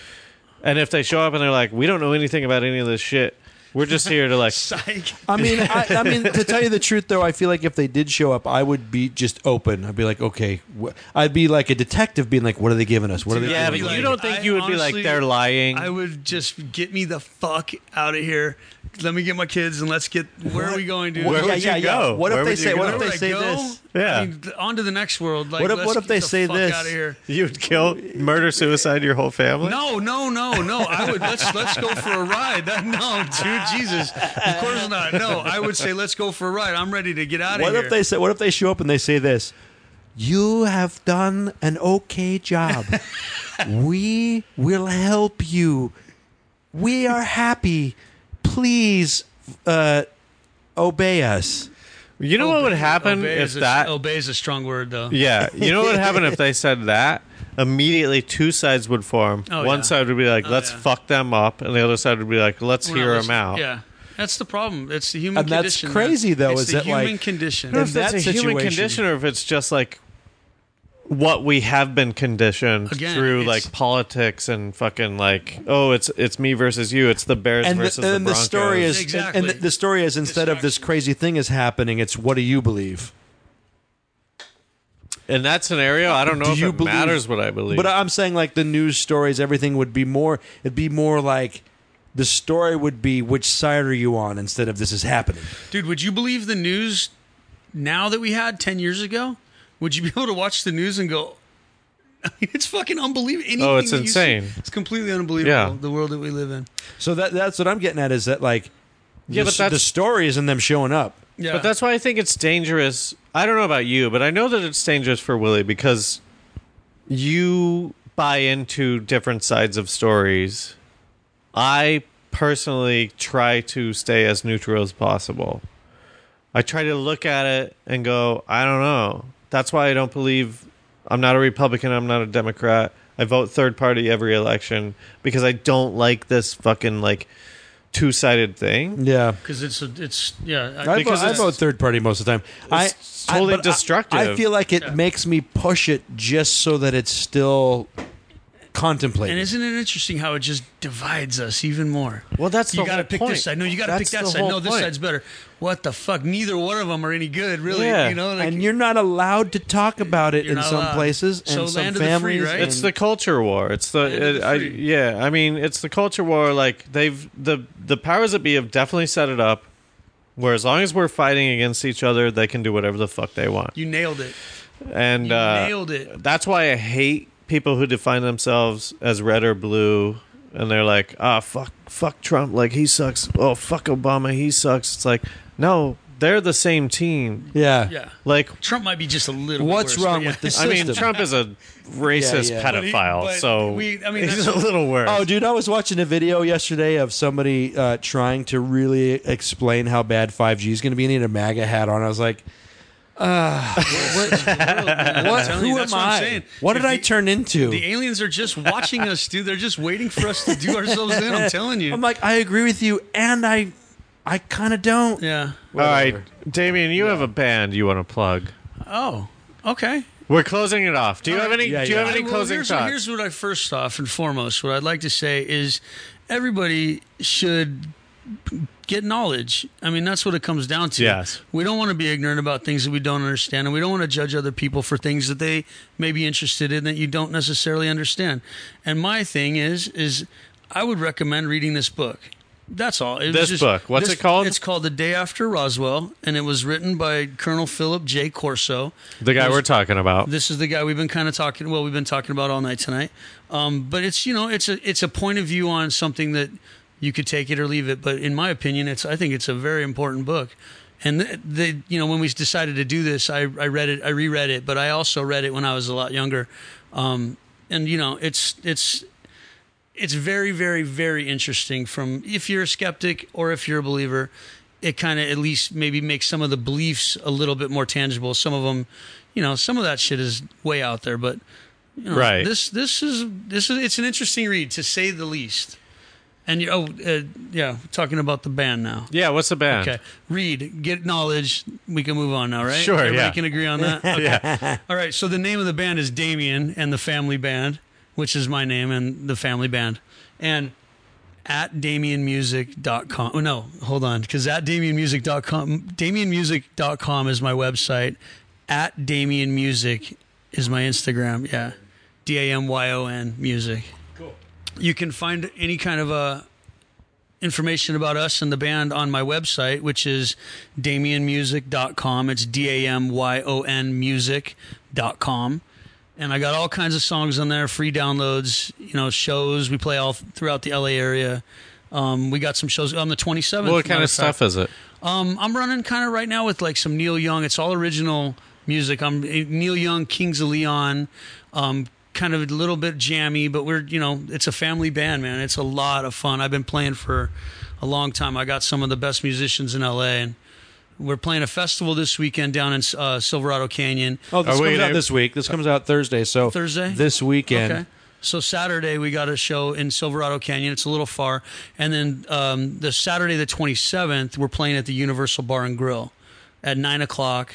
and if they show up and they're like, "We don't know anything about any of this shit," we're just here to like Psych. I mean, I, I mean, to tell you the truth, though, I feel like if they did show up, I would be just open. I'd be like, okay, wh- I'd be like a detective, being like, what are they giving us? What are they? Yeah, giving but us? you don't think I you would be like, honestly- "They're lying." I would just get me the fuck out of here. Let me get my kids and let's get. Where are we going, dude? Where yeah, would yeah, you yeah. go? What Where if they would you go? say? What Where if would they I say go? this? Yeah. I mean, on to the next world. Like, What if- let's what if get they the say fuck this? Out of here. You would kill, murder, suicide your whole family? No, no, no, no. I would let's let's go for a ride. That, no, dude, Jesus, of course not. No, I would say let's go for a ride. I'm ready to get out of What here. if they say? What if they show up and they say this? You have done an okay job. we will help you. We are happy. Please uh, obey us. You know what would happen Obey if is a- that? obey is a strong word though. yeah. You know what would happen if they said that? Immediately, two sides would form. Oh, One yeah. side would be like, Oh, "Let's yeah. fuck them up," and the other side would be like, "Let's We're not hear them listening- out." Yeah, that's the problem. It's the human And that's condition. crazy, man. though, It's is the that, human like- condition. I don't know if In that's a that human situation- condition or if it's just like what we have been conditioned Again, through it's- like politics and fucking like oh it's it's me versus you it's the Bears and versus the, and the the Broncos. story is Exactly. and the, the story is instead of this Distraction. crazy thing is happening it's what do you believe in that scenario I don't know do if you it believe- matters what I believe but i'm saying like the news stories everything would be more it'd be more like the story would be which side are you on instead of this is happening Dude, would you believe the news now that we had 10 years ago? Would you be able to watch the news and go, I mean, it's fucking unbelievable. Anything Oh, it's that you see- insane. it's completely unbelievable, Yeah. the world that we live in. so that that's what i'm getting at is that like Yeah, the, but that's- the story is in them showing up Yeah. But that's why I think it's dangerous. I don't know about you, but I know that it's dangerous for Willie because you buy into different sides of stories. I personally try to stay as neutral as possible. I try to look at it and go, I don't know. That's why I don't believe I'm not a Republican, I'm not a Democrat. I vote third party every election because I don't like this fucking like two-sided thing. yeah because it's, a, it's, yeah. uh, I, Because vote, I it's- vote third party most of the time. It's I totally I, but I- destructive. I, feel like it makes me push it just so that it's still contemplated. and isn't it interesting how it just divides us even more? Well, that's you the gotta whole pick point. this side. No, you got to pick That's that the side. whole No, this point. side's better. What the fuck? Neither one of them are any good, really. Yeah. You know, like, and you're not allowed to talk about it You're in not some allowed. places and So some land of the free, families. right? It's the culture war. It's the, Land of the I, free. yeah. I mean, it's the culture war. Like they've the the powers that be have definitely set it up where as long as we're fighting against each other, they can do whatever the fuck they want. you nailed it. And You uh, nailed it. That's why I hate people who define themselves as red or blue, and they're like, ah, fuck, fuck Trump, like he sucks. Oh, fuck Obama, he sucks. It's like, no, they're the same team. Yeah. Yeah. Like, Trump might be just a little. bit What's worse, wrong but yeah. with the I system? mean, Trump is a racist Yeah, yeah. But he- pedophile, but so we- I mean, he's that's- a little worse. Oh, Oh, dude, I was watching a video yesterday of somebody uh, trying to really explain how bad 5G is going to be, and he had a MAGA hat on. I was like, What? who am I? What did I turn into? The aliens are just watching us, dude. They're just waiting for us to do ourselves in. I'm telling you. I'm like, I agree with you, and I, I kind of don't. yeah. All right, Damien, you have a band you want to plug. Oh. Okay. We're closing it off. Do you have any? do you have I- any well, closing here's, thoughts? Here's what I first off and foremost, what I'd like to say is everybody should get knowledge. I mean, that's what it comes down to. Yes. We don't want to be ignorant about things that we don't understand, and we don't want to judge other people for things that they may be interested in that you don't necessarily understand. And my thing is, is I would recommend reading this book. That's all. It was This book. What's it called? It's called The Day After Roswell, and it was written by Colonel Philip J. Corso. the guy It was- we're talking about. this is the guy we've been kind of talking. Well, we've been talking about all night tonight. Um, but it's you know it's a it's a point of view on something that you could take it or leave it. But in my opinion, it's I think it's a very important book. And the, the you know when we decided to do this, I I read it, I reread it, but I also read it when I was a lot younger. Um, and you know it's it's it's very very very interesting from if you're a skeptic or if you're a believer it kind of at least maybe makes some of the beliefs a little bit more tangible some of them you know some of that shit is way out there but you know, Right. this this is this is it's an interesting read to say the least and you oh uh, yeah talking about the band now yeah, what's the band? Okay. Read, get knowledge. We can move on now, right? Sure, Everybody yeah. can agree on that. Okay. yeah. All right. So the name of the band is Damien and the Family Band, which is my name and the Family Band, and at damienmusic.com. Oh, no, hold on, because at damienmusic.com, damienmusic.com is my website. At damienmusic is my Instagram. Yeah, D A M Y O N music. Cool. You can find any kind of a information about us and the band on my website, which is damienmusic.com. It's D A M Y O N music.com. And I got all kinds of songs on there, free downloads, you know, shows. We play all throughout the LA area. Um, we got some shows on the 27th. What kind matter of stuff fact. is it? Um, I'm running kind of right now with like some Neil Young. It's all original music. I'm eh, Neil Young, Kings of Leon, um, kind of a little bit jammy, but we're you know it's a family band, man. It's a lot of fun. I've been playing for a long time. I got some of the best musicians in LA, and we're playing a festival this weekend down in uh, Silverado Canyon. Oh, this Are we comes gonna- out this week. This comes out Thursday. So Thursday? this weekend. Okay. So Saturday we got a show in Silverado Canyon. It's a little far, and then um, the Saturday the twenty seventh we're playing at the Universal Bar and Grill at nine o'clock,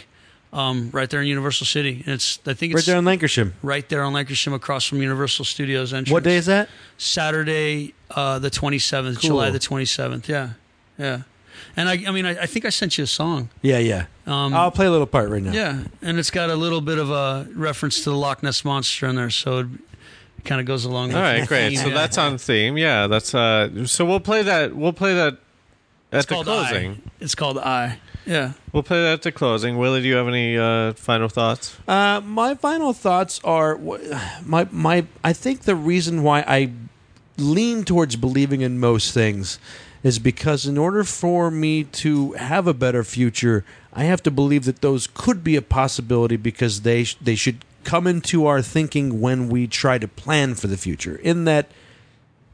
um, right there in Universal City. And it's I think Right it's there in Lancashire. right there on Lancashire, across from Universal Studios entrance. What day is that? Saturday uh, the twenty seventh, July the twenty seventh. Yeah, yeah. And I, I mean, I, I think I sent you a song. Yeah, yeah. Um, I'll play a little part right now. Yeah, and it's got a little bit of a reference to the Loch Ness monster in there, so it kind of goes along. with All the right, great. theme, So yeah. that's on theme. Yeah, that's uh. So we'll play that. We'll play that at the called closing. I. It's called I. Yeah. We'll play that at the closing. Willie, do you have any uh, final thoughts? Uh, my final thoughts are wh- my my. I think the reason why I lean towards believing in most things is because in order for me to have a better future, I have to believe that those could be a possibility because they sh- they should come into our thinking when we try to plan for the future. In that,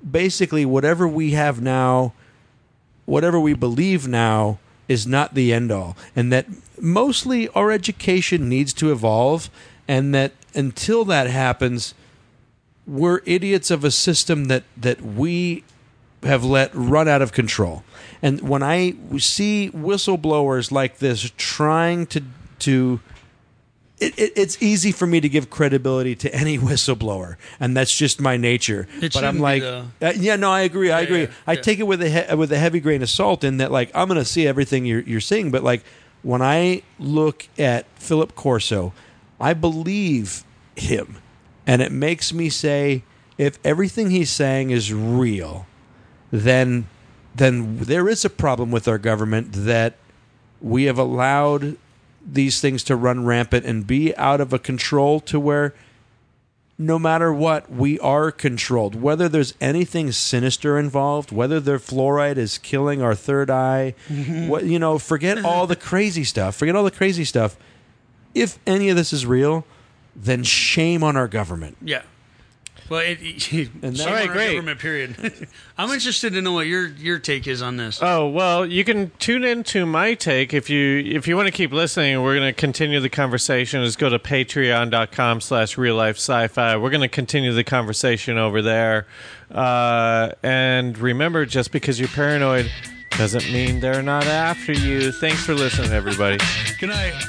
basically, whatever we have now whatever we believe now is not the end all, and that mostly our education needs to evolve, and that until that happens, we're idiots of a system that, that we have let run out of control. And when I see whistleblowers like this trying to to it, it, it's easy for me to give credibility to any whistleblower, and that's just my nature. It but shouldn't I'm be, like, though. uh, yeah, no, I agree. I agree. yeah, I yeah. take it with a he- with a heavy grain of salt in that, like, I'm going to see everything you're you're seeing, but like when I look at Philip Corso, I believe him, and it makes me say, if everything he's saying is real, then then there is a problem with our government that we have allowed these things to run rampant and be out of a control to where no matter what, we are controlled. Whether there's anything sinister involved, whether their fluoride is killing our third eye, what you know, forget all the crazy stuff. Forget all the crazy stuff. If any of this is real, then shame on our government. Yeah. Well, it, it, that- shame All right, on our great. government period. I'm interested to know what your your take is on this. Oh well, you can tune into my take if you if you want to keep listening. We're going to continue the conversation. Just go to patreon.com slash real life sci-fi. We're going to continue the conversation over there. Uh, and remember, just because you're paranoid doesn't mean they're not after you. Thanks for listening, everybody. Good night.